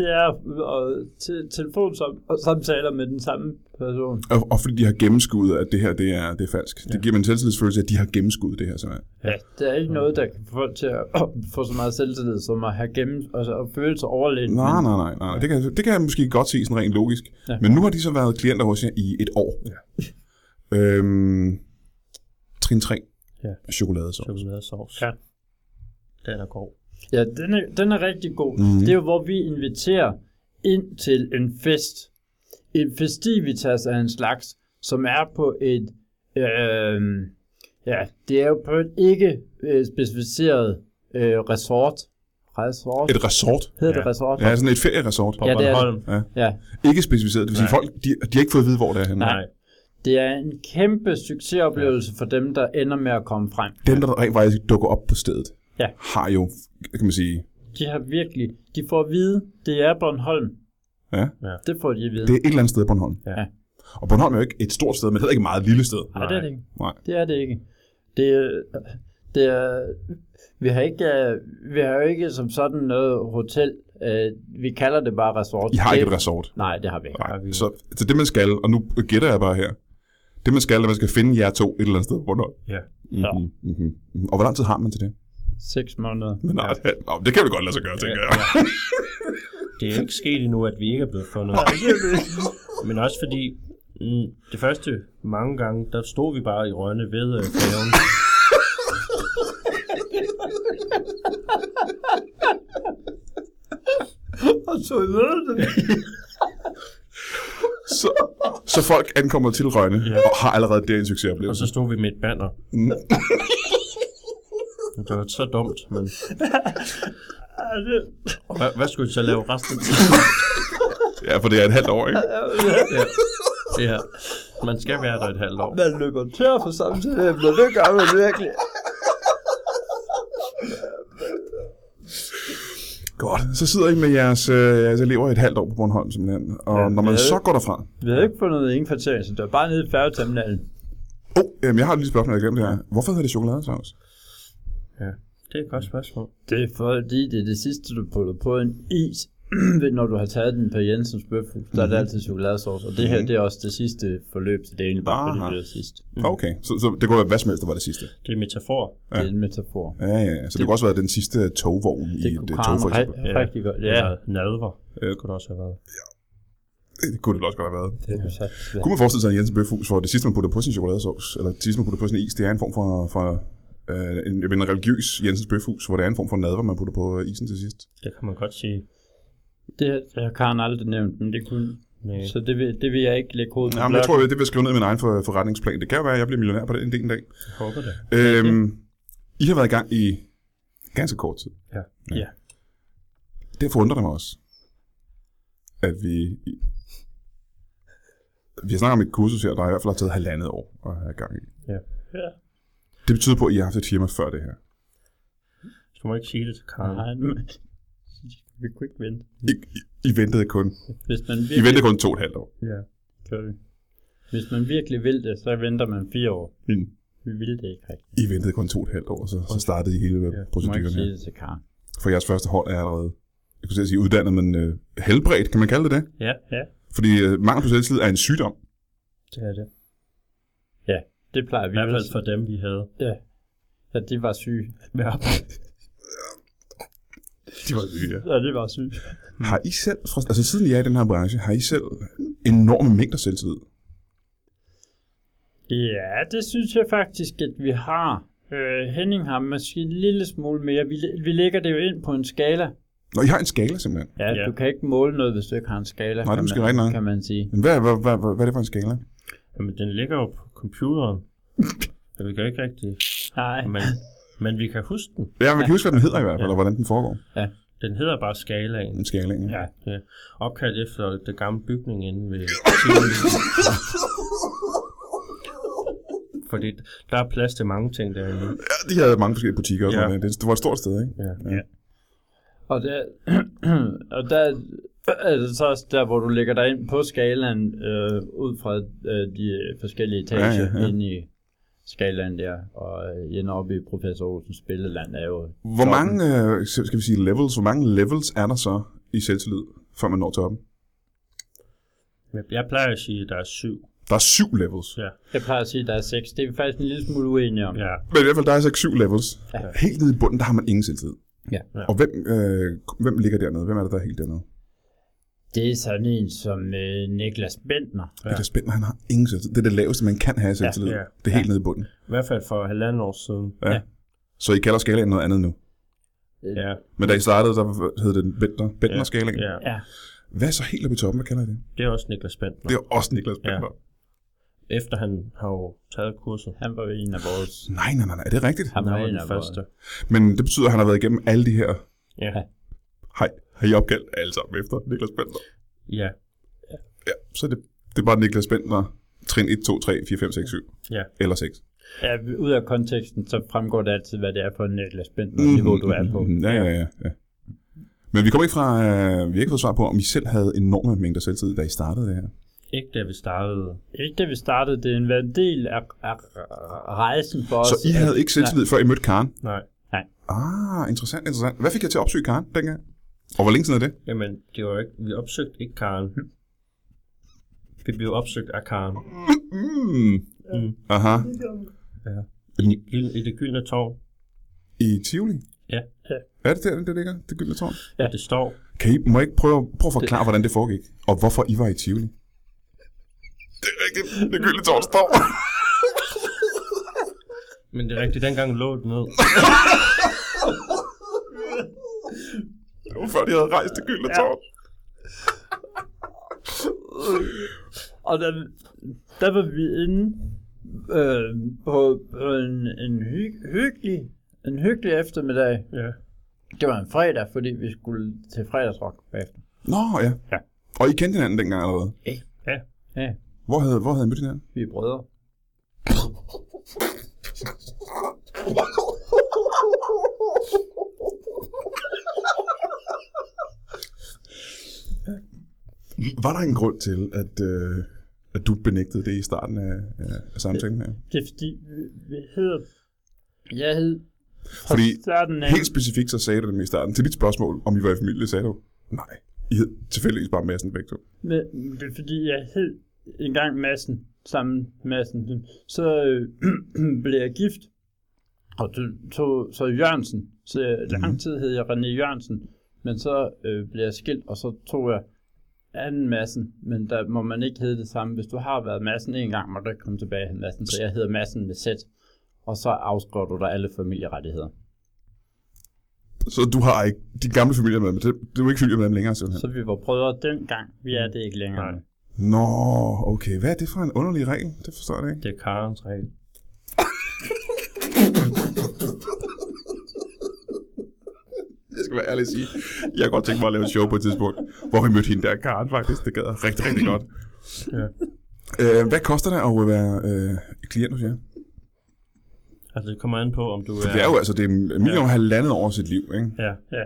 S4: Det er øh, te- telefonsamtaler med den samme person.
S1: Og, og fordi de har gennemskuet, at det her det er, det er falsk. Det giver dem en selvtidsfølelse, at de har gennemskuet det her simpelthen.
S4: Ja, der er ikke noget, der kan få folk til at få så meget selvtillid, som at have gennem, altså at føle sig overlegen.
S1: Nej, nej, nej. nej. Det, kan, det kan jeg måske godt se sådan rent logisk. Ja.
S4: Ja.
S1: Men nu har de så været klienter hos jer i et år. Ja. øhm, trin 3. Ja.
S3: Ja.
S1: Chokoladesauce.
S3: Chokoladesauce.
S4: Ja.
S3: Den er god.
S4: Ja, den er, den er rigtig god.
S1: Mhm.
S4: Mm. Det er jo, hvor vi inviterer ind til en fest. En festivitas af en slags, som er på et... Øh, ja, det er jo på et ikke øh, specificeret øh, resort. Resort?
S1: Et resort.
S4: Hedder det
S3: Ja.
S4: resort?
S1: Ja, sådan et ferieresort.
S3: På
S4: Ja,
S3: ja,
S4: det er det.
S3: Bornholm.
S4: ja.
S1: Ikke specificeret. Det vil sige,
S3: Nej.
S1: folk de, de har ikke fået at vide, hvor det er henne.
S3: Nej.
S4: Det er en kæmpe succesoplevelse for dem, der ender med at komme frem.
S1: Dem, der rent faktisk dukker op på stedet,
S4: Ja.
S1: har jo, kan man sige...
S4: De har virkelig, de får at vide, det er Bornholm.
S1: Ja.
S4: Det får de at vide.
S1: Det er et eller andet sted på Bornholm.
S4: Ja.
S1: Og Bornholm er jo ikke et stort sted, men heller ikke et meget lille sted.
S4: Nej, det er det ikke.
S1: Nej.
S4: Det er det ikke. Det er, det er, vi har ikke, øh, vi har jo ikke som sådan noget hotel. Øh, Vi kalder det bare resort.
S1: I har
S4: det,
S1: ikke et resort.
S4: Nej, det har vi ikke.
S1: Nej. Så, så det man skal, og nu gætter jeg bare her, det man skal, er, at man skal finde jer to et eller andet sted på Bornholm.
S5: Ja.
S1: Mm-hmm. Ja. Mm-hmm. Og hvor lang tid har man til det?
S4: Seks måneder.
S1: Men nej, ja. Nå, det kan vi godt lade sig gøre, tænker jeg.
S3: Det er jo ikke sket endnu, at vi ikke er blevet fundet. Men også fordi, mm, det første mange gange, der stod vi bare i Rønne ved øh, færgen.
S4: Og så det.
S1: Så, så folk ankommer til Rønne ja. og har allerede der en
S3: Og
S1: succesoplevelse.
S3: så stod vi med et banner. Det var så dumt, men... Og Hvad, hvad skulle vi så lave resten af tiden?
S1: Ja, for det er et halvt år, ikke?
S3: Ja. Man skal være der et halvt år.
S4: Man løber tør for samtidig. Jeg bliver det gør man virkelig.
S1: Godt. Så sidder I med jeres, øh, jeres elever et halvt år på Bornholm, simpelthen. Og ja, når man
S4: det er
S1: så
S4: det.
S1: går derfra...
S4: Vi havde ikke fundet ingen kvarter, så det var bare nede i færgeterminalen.
S1: Åh, oh, øhm, jeg har lige et spørgsmål, jeg glemte her. Hvorfor hedder det chokoladesauce?
S3: Det er et godt spørgsmål.
S4: Det er fordi, det er det sidste, du putter på en is. Ved, når du har taget den på Jensens bøfhus, der er
S1: Mhm.
S4: det altid chokoladesauce. Og det her, det er også det sidste forløb, så det er egentlig bare fordi,
S1: Aha.
S4: det er det sidste.
S1: Okay, så, så det kunne være hvad som helst, der var det sidste.
S3: Det er en metafor.
S4: Det er en metafor.
S1: Ja, ja, ja. Så det, det kunne også være den sidste togvogn i
S4: Det
S1: et
S4: kunne
S1: øh, tog, for
S4: Karen
S1: eksempel.
S4: ri- rigtig godt. Ja,
S3: Eller nadver. Det kunne det også have været.
S1: Det kunne det også godt have været.
S4: det kunne sagt.
S1: Kunne man forestille sig, at Jensen Bøfhus, hvor det sidste, man putter på sin chokoladesauce, eller det sidste, man putter på sin is, det er en form for, for øh, en, jeg mener, religiøs Jensens Bøfhus, hvor det er en form for nadver, man putter på øh, isen til sidst?
S3: Det kan man godt sige.
S4: Det, har- det har Karen aldrig nævnt, men det kunne...
S3: Nej.
S4: Så det vil, det vil jeg ikke lægge hovedet på
S1: Jamen, jeg tror,
S4: blokken.
S1: det vil jeg skrive ned i min egen for, forretningsplan. Det kan jo være, at jeg bliver millionær på den del en dag.
S3: Jeg håber det.
S1: Øhm, I har været i gang i ganske kort tid.
S3: Ja.
S4: Ja.
S1: Derfor undrer det mig også, at vi... i- Vi har snakket om et kursus her, der i hvert fald har taget halvandet år at have gang i.
S3: Ja.
S4: Ja.
S1: Det betyder på, at I har haft et firma før det her.
S3: Så må jeg ikke sige det til Karen.
S4: Nej, men... Vi kunne ikke vente.
S1: I, I, I ventede kun.
S4: Hvis man
S1: I
S4: virkelig,
S1: ventede kun to og et halvt år.
S3: Ja.
S4: vent. Hvis man virkelig vil det, så venter man fire år.
S1: Mm.
S4: Vi ville det ikke rigtigt.
S1: I ventede kun to og et halvt år, så, så startede I hele ja,
S4: Du må ikke
S1: proceduren
S4: sige
S1: her.
S4: det til Karen.
S1: For jeres første hold er allerede, jeg kunne selv sige uddannet, men øh, helbredt, kan man kalde det det?
S3: Ja, ja.
S1: Fordi øh, mangel på selvtillid er en sygdom.
S3: Det er det.
S4: Det plejer
S3: I
S4: vi
S3: hvert
S4: ellers-
S3: fald for dem, vi havde.
S4: Ja. ja, de var syge.
S3: Ja.
S1: De var syge, ja.
S4: Ja, de var syge.
S1: Har I selv, fra, altså siden I er i den her branche, har I selv enorme mængder selvtillid?
S4: Ja, det synes jeg faktisk, at vi har. Øh, Henning har måske en lille smule mere. Vi, vi lægger det jo ind på en skala.
S1: Når I har en skala simpelthen.
S4: Ja,
S3: Ja.
S4: ja, du kan ikke måle noget, hvis du ikke har en skala.
S1: det er
S4: kan
S1: måske
S4: man-
S1: rigtig nok.
S4: Kan man sige.
S1: Men hvad, hvad, hvad, hvad, hvad er det for en skala?
S3: Jamen, den ligger jo på computeren. Så vi kan ikke rigtig...
S4: Nej,
S3: Men, men vi kan huske den.
S1: Ja, man kan huske, hvad den hedder i hvert fald, og hvordan den foregår.
S3: Den hedder bare skalaen.
S1: En skala, ja.
S3: Ja. ja. Opkaldt efter det gamle bygning inde ved... Fordi der er plads til mange ting derinde.
S1: ja. De havde mange forskellige butikker og sådan
S3: Ja.
S1: noget. Det, det var et stort sted, ikke?
S3: Ja.
S4: og der, og der er det så også der, hvor du lægger dig ind på skalaen, øh, ud fra øh, de forskellige etager
S1: Ja,
S4: ja,
S1: ja, ja.
S4: ja. inde i skalaen der, og øh, ender oppe i professor Olsens spilleland er jo
S1: Hvor
S4: toppen.
S1: mange, øh, skal skal vi sige levels, hvor mange levels er der så i selvtillid, før man når toppen?
S3: Jeg- Jeg plejer at sige, at der er syv.
S1: Der er syv levels.
S3: Ja.
S4: Jeg plejer at sige, at der er seks. Det er vi faktisk en lille smule uenige om.
S3: Ja.
S1: Men i hvert fald, der er så ikke syv levels.
S4: Ja.
S1: Helt nede i bunden, der har man ingen selvtillid.
S4: Ja.
S3: Ja.
S1: Og hvem, øh, hvem ligger dernede? Hvem er det, der er helt dernede?
S4: Det er sådan en som øh, Niklas Bentner.
S1: Ja. Det er spændende, han har ingen selvtillid. Det er det laveste, man kan have i selvtillid.
S3: ja.
S1: Det er helt nede i bunden.
S3: I hvert fald for halvanden år siden.
S1: Ja. ja.
S4: Ja.
S1: Så I kalder skalaen noget andet nu.
S3: Ja.
S1: Men da I startede, der hed det Bentner, Bentner skalaen. Ja.
S3: ja.
S4: Ja.
S1: Hvad er så helt oppe i toppen? Hvad kalder I det?
S3: Det er også Niklas Bentner.
S1: Det er jo også Niklas Bentner. Ja.
S3: Efter han har jo taget kurset.
S4: Han var en af vores.
S1: Nej, nej, nej, nej. Er det rigtigt?
S4: Han
S3: Han
S4: var
S3: var
S4: en
S3: den
S4: af
S3: første.
S4: vores.
S1: Men det betyder, at han har været igennem alle de her...
S3: Ja.
S1: Hej, har I opkaldt alle sammen efter Niklas Bentner?
S3: Ja.
S1: Ja, så er det, det er bare Niklas Bentner, trin 1, 2, 3, 4, 5, 6, 7.
S3: Ja.
S1: Eller 6.
S4: Ja, ud af
S3: Mm-hmm.
S1: Mm-hmm.
S4: konteksten, så fremgår det altid, hvad det er for en Niklas Bentner-niveau, du er på.
S1: Ja, ja, ja. ja. Men vi kommer ikke fra, øh, vi har ikke fået svar på, om I selv havde enorme mængder selvtid, da I startede det her.
S3: Ikke da vi startede.
S4: Ikke da vi startede, det har været en del af, af rejsen for os.
S1: Så I havde ikke selvtillid, før I mødte Karen?
S3: Nej.
S1: Ah, interessant, interessant. Hvad fik jeg til at opsøge Karen dengang? Og hvor længe siden er det?
S3: Jamen, det var jo ikke, vi opsøgte ikke Karen.
S4: Hm.
S3: Vi blev opsøgt af Karen.
S1: Mm.
S3: Mm.
S1: Aha.
S3: I det, gyld- i det gyldne tårn.
S1: I Tivoli?
S3: Ja.
S1: Er det der, det ligger? Det gyldne tårn?
S3: ja. Det står.
S1: Kan I, må I ikke prøve, prøve at forklare, hvordan det foregik? Og hvorfor I var i Tivoli? Det er rigtigt. Det gyldne tårn står.
S3: Men det er rigtigt, dengang lå det ned.
S1: Det var før, de havde rejst det gyldne tårn.
S4: Og der, der var vi inde øh, på, på en, en hy, hyggelig, en hyggelig eftermiddag.
S3: Ja.
S4: Det var en fredag, fordi vi skulle til fredagsrock bagefter.
S1: Nå, ja.
S3: Ja.
S1: Og I kendte hinanden dengang allerede?
S4: Ja,
S1: Hvor havde, hvor havde I mødt hinanden?
S4: vi er brødre.
S1: Var der en grund til, at, øh, at du benægtede det i starten af, af- af samtalen her?
S4: Det er fordi, vi, vi hedder... Jeg hed
S1: Fordi
S4: starten af...
S1: helt specifikt så sagde du det i starten. Til mit spørgsmål, om I var i familie, sagde du, nej, I hed tilfældigvis bare Madsen begge to.
S4: Med, det er fordi, jeg hed engang massen sammen massen. Så øh, blev jeg gift, og t- tog så Jørgensen. Så jeg,
S3: Mhm.
S4: lang tid hed jeg René Jørgensen, men så øh, blev jeg skilt, og så tog jeg anden massen, men der må man ikke hedde det samme. Hvis du har været massen en gang, må du ikke komme tilbage til massen, så jeg hedder massen med Z. Og så afskriver du dig alle familierettigheder.
S1: Så du har ikke de gamle familier med, men det, det er jo ikke familie med dem længere, simpelthen.
S4: Så vi var brødre dengang, vi er det ikke længere.
S3: Nej.
S1: Nå, okay. Hvad er det for en underlig regel? Det forstår jeg ikke.
S3: Det er Karens regel.
S1: Jeg skal være ærlig og sige, jeg har godt tænkt mig at lave et show på et tidspunkt, hvor vi mødte hende der, Karen faktisk. Det gad jeg rigtig, rigtig godt.
S3: Ja.
S1: Øh, hvad koster det at være øh, klient hos jer?
S3: Altså, det kommer an på, om du
S1: For
S3: er...
S1: det er jo altså, det er minimum ja. halvandet over sit liv, ikke?
S3: Ja,
S4: Ja,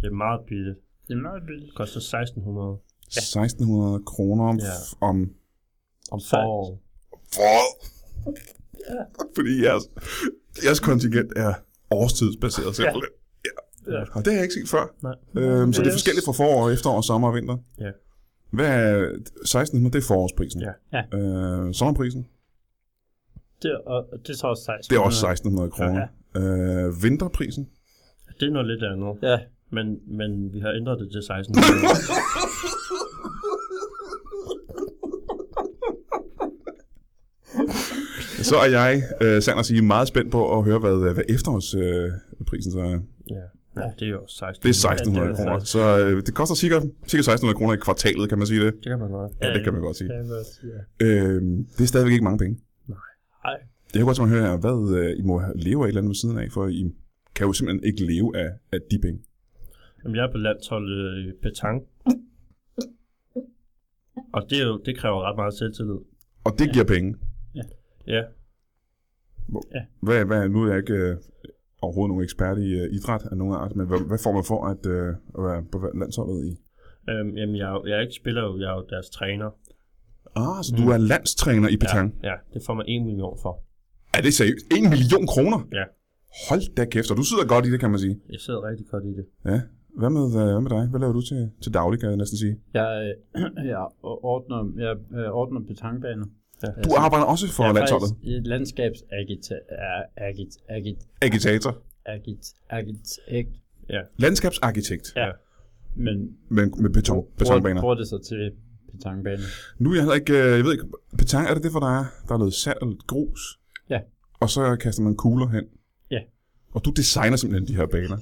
S3: det er meget billigt.
S4: det er meget billigt.
S3: Det koster 1600
S1: 1600 kroner om,
S3: Ja.
S1: ja. om
S3: om foråret.
S1: foråret. Fordi jeres, jeres kontingent er årstidsbaseret simpelthen. Ja.
S4: Ja.
S1: Og det har jeg ikke set før.
S3: Nej.
S1: Øhm, så det er
S4: Yes.
S1: forskelligt fra forår, efterår, sommer og vinter.
S3: Ja.
S1: Hvad er 1600? Det er forårsprisen.
S3: Ja.
S4: Ja.
S1: Øh, sommerprisen?
S4: Det, er- og det er så også 16.
S1: Det er også 1600 kroner. Ja. Øh, vinterprisen?
S3: Det er noget lidt andet.
S4: Ja,
S3: Men, men vi har ændret det til 1600.
S1: Så er jeg, øh, sandt at sige, meget spændt på at høre, hvad, hvad efterårsprisen så er.
S3: ja. ja. det er jo 1600.
S1: Det er 1600 ja, kroner. Så øh, det koster cirka, cirka 1600 kroner i kvartalet, kan man sige det?
S3: Det kan man godt.
S1: Ja, det kan man godt sige.
S4: kan jeg godt sige. ja.
S1: Øh, det er stadigvæk ikke mange penge.
S4: Nej.
S1: Jeg kunne godt tænke mig at høre, hvad øh, I må leve af et eller andet ved siden af, for I kan jo simpelthen ikke leve af, af de penge.
S3: Jamen, jeg er på landsholdet i petang. Og det, er jo, det kræver ret meget selvtillid.
S1: Og det giver penge.
S3: Ja,
S1: Hvad, hvad, nu er jeg ikke øh, overhovedet nogen ekspert i øh, idræt af nogen art, men hvad, hvad får man for at, øh, at være på landsholdet i?
S3: øhm, jamen, jeg, er jo- jeg er ikke spiller, jo, jeg er jo deres træner.
S1: Ah, så du er landstræner i petang. Ja.
S3: Ja, det får man 1 million for.
S1: Er det seriøst? 1 million kroner?
S3: Ja.
S1: Hold da kæft, og du sidder godt i det, kan man sige.
S3: Jeg sidder rigtig godt i det.
S1: Ja. Hvad med, øh, hvad med dig? Hvad laver du til, til daglig, kan jeg næsten sige?
S4: Jeg, øh, jeg ordner, jeg øh, ordner betonbaner.
S1: Du arbejder også for
S4: jeg er
S1: landsholdet.
S4: Altså- faktisk i et landskabsagita... er- Agit... Agit...
S1: Agitator.
S4: Agit... Agit... Agit...
S1: Landskabsarkitekt.
S4: Ja. Men
S1: Men med beton, betonbaner.
S4: bruger det så til betonbaner?
S1: Nu er jeg heller ikke, øh, jeg ved ikke, petang, er det det, hvor der er, der er noget sand og lidt grus?
S4: Ja.
S1: Og så kaster man kugler hen?
S4: Ja.
S1: Og du designer simpelthen de her baner?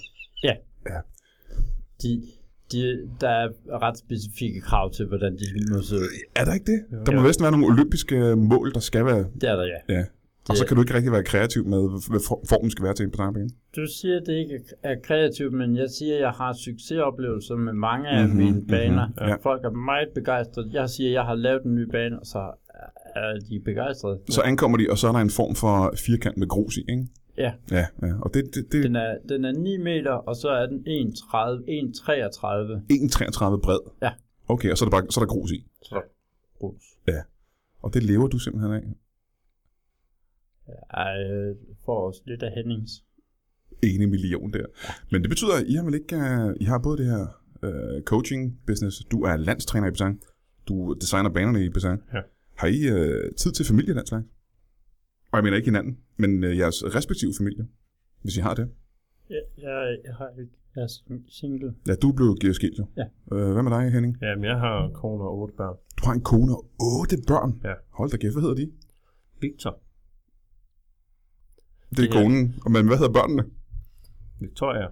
S4: De, de, der er ret specifikke krav til, hvordan de må se ud.
S1: Er der ikke det? Der må vist være nogle olympiske øh, mål, der skal være,
S4: Det er der, ja.
S1: ja. Og
S4: Det-
S1: så kan du ikke rigtig være kreativ med, hvad for- formen skal være til en betonbane.
S4: Du siger, at det ikke er kreativt, men jeg siger, at jeg har succesoplevelser med mange af mm-hmm, mine baner. Mm-hmm, ja. Folk er meget begejstrede. Jeg siger, at jeg har lavet en ny bane, og så er de begejstrede.
S1: Så ankommer de, og så er der en form for firkant med grus i, ikke?
S4: Ja.
S1: Ja, ja. Og det, det, det
S4: Den er, den er 9 meter, og så er den 1,30 1,33.
S1: er 1,33 bred.
S4: Ja.
S1: Okay, og så er der, bare, så er der grus i.
S4: Så er der grus.
S1: Og det lever du simpelthen af.
S4: Ej, øh, får også lidt af Hennings.
S1: ene million der. Men det betyder, at I har, vel ikke, øh, I har både det her øh, coaching-business, du er landstræner i Besang, du designer banerne i Besang.
S3: Ja.
S1: Har I øh, tid til familie af den slags? Og jeg mener ikke hinanden, men øh, jeres respektive familie, hvis I har det.
S4: Jeg, jeg, jeg har ikke... Jeg er sin- single.
S1: Ja, du blev givet skilt jo.
S4: Ja.
S1: Øh, hvad med dig, Henning?
S3: Jamen, jeg har kone og otte børn.
S1: Du har en kone og otte børn.
S3: Ja.
S1: Hold da kæft, hvad hedder de?
S3: Victor,
S1: Det er
S3: Ja.
S1: konen. Og Men hvad hedder børnene?
S3: Victoria,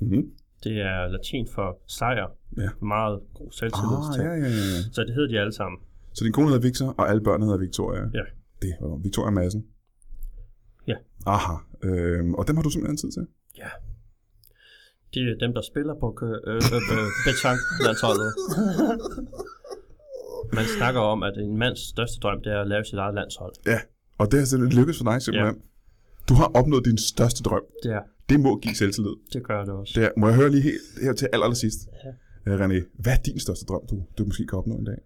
S1: Mm-hmm.
S3: det er latin for sejr.
S1: Ja.
S3: Meget god
S1: Ah,
S3: selvtillidsting.
S1: ja, ja, ja.
S3: Så det hed de alle sammen.
S1: Så din kone hedder Victor, og alle børnene hedder Victoria?
S3: Ja.
S1: Det var Victoria Madsen?
S3: Ja.
S1: Aha. Øhm, og dem har du simpelthen tid til?
S3: De er dem, der spiller på kø- øh, øh, øh, betanklandsholdet. Man snakker om, at en mands største drøm, det er at lave sit eget landshold.
S1: Ja. Og det har simpelthen lykkes for dig simpelthen? Ja. Du har opnået din største drøm.
S3: Det, er,
S1: Det må give selvtillid.
S3: det gør det også.
S1: Det er, må jeg høre lige helt her til aller, aller sidst? Ja. René, hvad er din største drøm, du, du måske kan opnå en dag?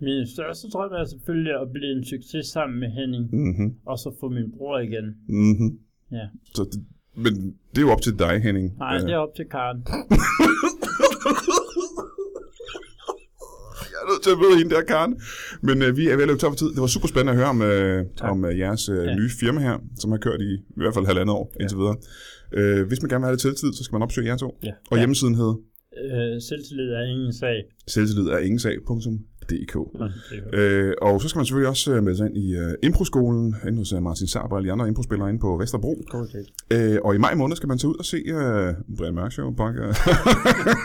S4: Min største drøm er selvfølgelig at blive en succes sammen med Henning,
S1: Mhm.
S4: og så få min bror igen.
S1: Mhm.
S4: Ja.
S1: Så det, men det er jo op til dig, Henning.
S4: Nej, det er op til Karen.
S1: Jeg er nødt til at møde hende der, Karen. Men øh, vi er ved at løbe tør for tid. Det var super spændende at høre om, øh, om øh, jeres øh, ja. nye firma her, som har kørt i i hvert fald halvandet år indtil videre. Øh, hvis man gerne vil have lidt selvtillid, så skal man opsøge jer to.
S3: Ja.
S1: Og hjemmesiden hed
S4: Øh, selvtillid er ingen sag.
S1: selvtillid er ingensag.dk. Øh, og så skal man selvfølgelig også øh, melde sig ind i øh, Improskolen, inde hos øh, Martin Sarber og de andre improspillere inde på Vesterbro.
S3: God idé.
S1: Øh, og i maj måned skal man tage ud og se øh, Brian Mørk Show, Bak, øh,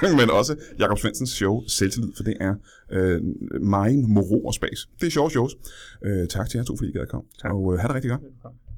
S1: men også Jakob Svensens show Selvtillid, for det er øh, mine Moro og Spas. Det er sjove shows. Øh, tak til jer to, fordi I gad at komme. Og øh, have det rigtig godt.